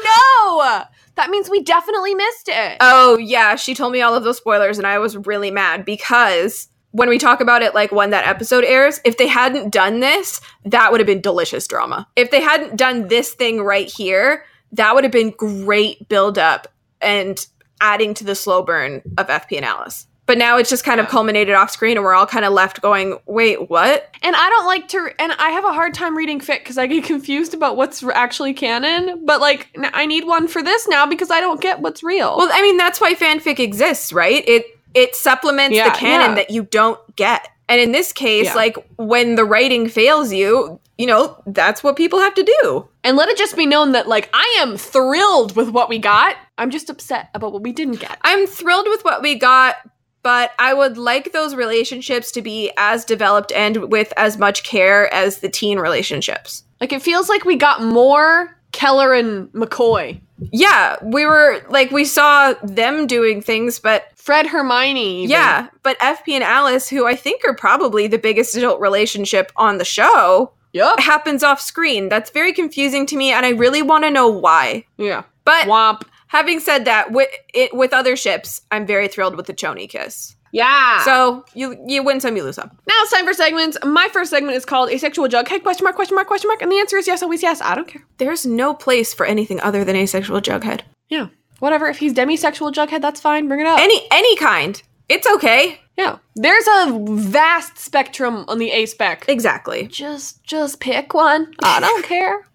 "Oh no, that means we definitely missed it." Oh, yeah, she told me all of those spoilers, and I was really mad because when we talk about it, like when that episode airs, if they hadn't done this, that would have been delicious drama. If they hadn't done this thing right here, that would have been great build up and adding to the slow burn of FP and Alice. But now it's just kind of culminated off screen, and we're all kind of left going, wait, what? And I don't like to, and I have a hard time reading fic because I get confused about what's actually canon. But like, n- I need one for this now because I don't get what's real. Well, I mean, that's why fanfic exists, right? It it supplements Yeah, the canon yeah. that you don't get. And in this case, Yeah. like when the writing fails you, you know, that's what people have to do. And let it just be known that, like, I am thrilled with what we got. I'm just upset about what we didn't get. I'm thrilled with what we got, but I would like those relationships to be as developed and with as much care as the teen relationships. Like, it feels like we got more Keller and McCoy. Yeah, we were like we saw them doing things, but Fred Hermione. even. yeah, but FP and Alice, who I think are probably the biggest adult relationship on the show, Yup. happens off screen. That's very confusing to me, and I really want to know why. Yeah. But Womp. having said that, with it with other ships, I'm very thrilled with the Choni kiss. Yeah. So So you you win some, you lose some. now it's time for segments. My first segment is called Asexual Jughead question mark, question mark, question mark. And the answer is yes, always yes. I don't care. There's no place for anything other than asexual jughead. Yeah. Whatever. If he's demisexual Jughead, that's fine. Bring it up. Any any kind. It's okay. yeah. There's a vast spectrum on the A spec. Exactly. Just, just pick one. I don't care.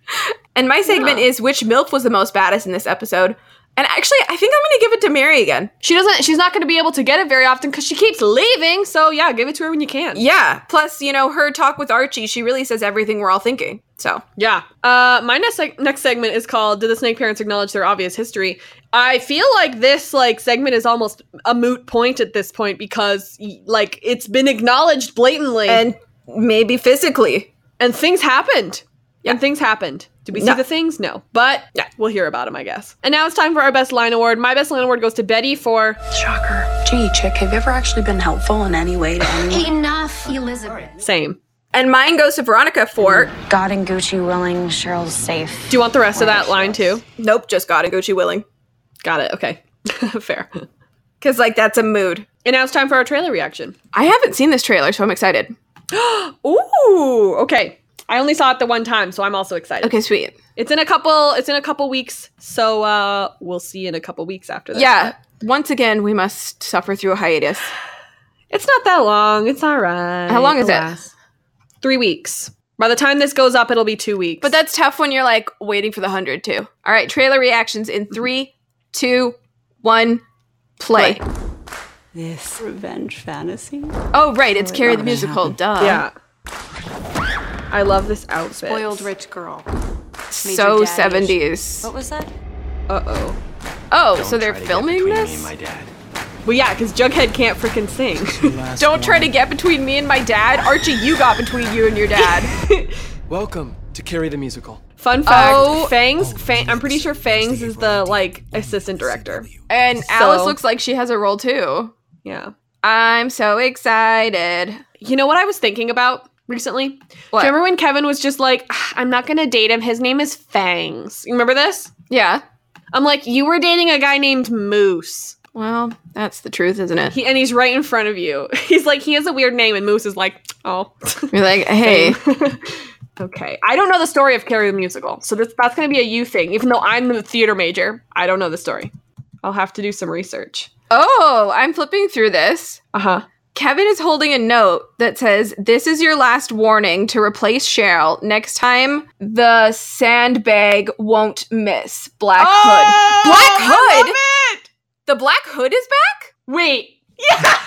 And my segment is which MILF was the most baddest in this episode. And actually, I think I'm gonna give it to Mary again. She doesn't. She's not going to be able to get it very often because she keeps leaving. So yeah, give it to her when you can. Yeah. Plus, you know, her talk with Archie, she really says everything we're all thinking. So Yeah. Uh, my next seg- next segment is called "Did the Snake Parents Acknowledge Their Obvious History?" I feel like this like segment is almost a moot point at this point because y- like it's been acknowledged blatantly and maybe physically. and things happened. Yeah. And things happened. Did we see No. the things? No. But yeah, we'll hear about them, I guess. And now it's time for our best line award. My best line award goes to Betty for Shocker. Gee, chick, have you ever actually been helpful in any way to anyone? Enough, Elizabeth. same. And mine goes to Veronica for God and Gucci willing, Cheryl's safe. Do you want the rest of that line too? Nope, just got and Gucci willing. Got it. Okay. Fair. Cause like that's a mood. And now it's time for our trailer reaction. I haven't seen this trailer, so I'm excited. Ooh, okay. I only saw it the one time, so I'm also excited. Okay, sweet. It's in a couple it's in a couple weeks, so uh we'll see in a couple weeks after that. Yeah. Once again, we must suffer through a hiatus. It's not that long. It's all right. How long is it? Alas. 3 weeks. By the time this goes up, it'll be 2 weeks. But that's tough when you're like waiting for the hundred too. All right, trailer reactions in three, two, one, play. This revenge fantasy? Oh right, it's Carrie the musical. Duh. yeah. I love this outfit. Spoiled rich girl. So Major daddy seventies. What was that? Uh-oh. Oh, so they're filming this? Well, yeah, cuz Jughead can't freaking sing. Don't try to get between me and my dad. Archie, you got between you and your dad. Welcome to Carrie the Musical. Fun fact, Oh. Fangs, Fang, I'm pretty sure Fangs is the like assistant director. And Alice So- looks like she has a role too. Yeah. I'm so excited. You know what I was thinking about recently? What? Do you remember when Kevin was just like, "Ah, I'm not gonna date him. His name is Fangs. You remember this? Yeah. I'm like, you were dating a guy named Moose. Well, that's the truth, isn't it? He and he's right in front of you. He's like, he has a weird name, and Moose is like, oh. You're like, hey, okay. I don't know the story of Carrie the Musical. So that's that's gonna be a you thing. Even though I'm the theater major, I don't know the story. I'll have to do some research. oh, I'm flipping through this. Uh-huh. Kevin is holding a note that says, This is your last warning to replace Cheryl. Next time, the sandbag won't miss. Black Oh, Hood. Oh, Black Hood? The Black Hood is back? Wait. Yeah.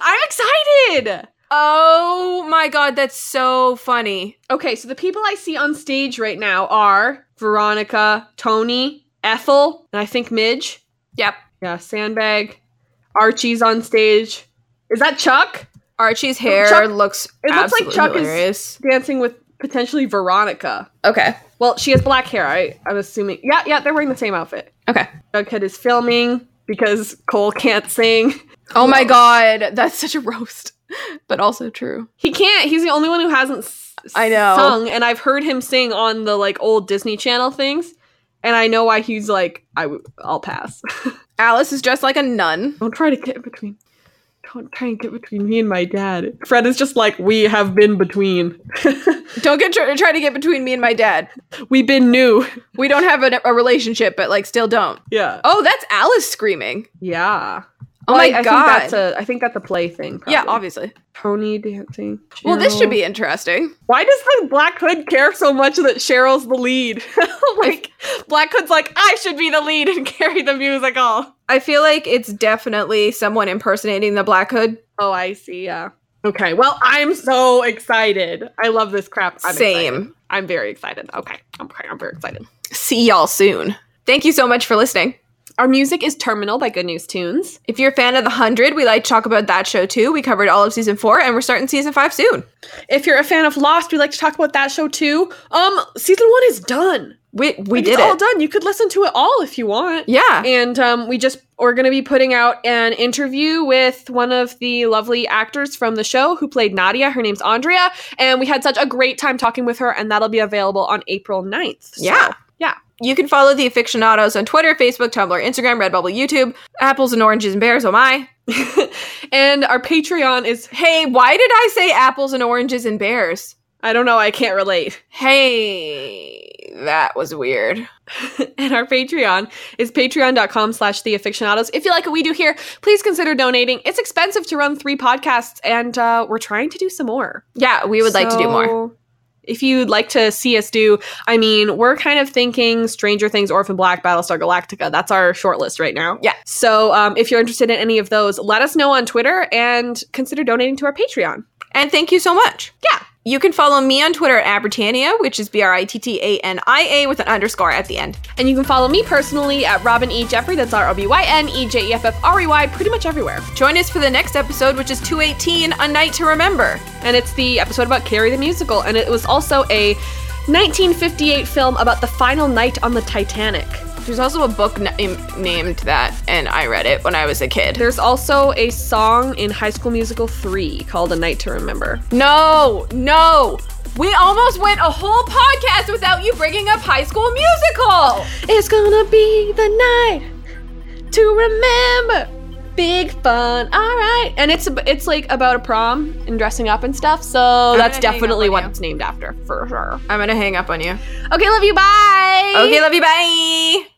I'm excited. Oh my god, that's so funny. Okay, so the people I see on stage right now are Veronica, Tony, Ethel, and I think Midge. Yep. Yeah, Sandbag. Archie's on stage. Is that Chuck? Archie's hair Chuck- looks it looks like absolutely Chuck is- hilarious. Dancing with potentially Veronica. Okay. Well, she has black hair, I, I'm assuming. Yeah, yeah, they're wearing the same outfit. Okay. Jughead is filming because Cole can't sing. Oh my god, that's such a roast, but also true. He can't. He's the only one who hasn't s- I know. sung, and I've heard him sing on the like old Disney Channel things, and I know why he's like, I w- I'll pass. Alice is dressed like a nun. Don't try to get between. Don't try and get between me and my dad. Fred is just like, we have been between. Don't get try, try to get between me and my dad. we been new. We don't have a, a relationship, but like still don't. Yeah. Oh, that's Alice screaming. Yeah. Oh Well, my I- I god. Think that's a, I think that's a play thing. Probably. yeah, obviously. Pony dancing. Well, this should Cheryl. be interesting. Why does the Black Hood care so much that Cheryl's the lead? like Black Hood's like, I should be the lead and carry the musical. I feel like it's definitely someone impersonating the Black Hood. Oh, I see. Yeah. Okay. Well, I'm so excited. I love this crap. I'm Same. excited. I'm very excited. Okay. Okay. I'm very excited. See y'all soon. Thank you so much for listening. Our music is Terminal by Good News Tunes. If you're a fan of The 100, we like to talk about that show too. We covered all of season four and we're starting season five soon. If you're a fan of Lost, we like to talk about that show too. Um, season one is done. We, we Like, did it. it's all done. You could listen to it all if you want. Yeah. and um, we just are going to be putting out an interview with one of the lovely actors from the show who played Nadia. Her name's Andrea, and we had such a great time talking with her, and that'll be available on April 9th. So- Yeah. yeah. You can follow the aficionados on Twitter, Facebook, Tumblr, Instagram, Redbubble, YouTube, apples and oranges and bears, oh my. and our Patreon is, Hey, why did I say apples and oranges and bears? I don't know, I can't relate. Hey, that was weird. and our Patreon is patreon.com slash the aficionados. If you like what we do here, please consider donating. It's expensive to run three podcasts, and uh, we're trying to do some more. Yeah, we would like to do more. So, If you'd like to see us do, I mean, we're kind of thinking Stranger Things, Orphan Black, Battlestar Galactica. That's our short list right now. Yeah. So um, if you're interested in any of those, let us know on Twitter and consider donating to our Patreon. And thank you so much. Yeah. You can follow me on Twitter at Britannia, which is B R I T T A N I A with an underscore at the end. And you can follow me personally at Robin E. Jeffrey. That's R O B Y N E J E F F R E Y, pretty much everywhere. Join us for the next episode, which is 218 A Night to Remember. And it's the episode about Carrie the Musical. And it was also a 1958 film about the final night on the Titanic. There's also a book na- named that, and I read it when I was a kid. There's also a song in High School Musical 3 called A Night to Remember. No, no. We almost went a whole podcast without you bringing up High School Musical. It's gonna be the night to remember. Big fun. All right. And it's ab- it's like about a prom and dressing up and stuff. So gonna hang that's up definitely on what you. it's named after for sure. I'm gonna hang up on you. Okay, love you. Bye. Okay, love you. Bye.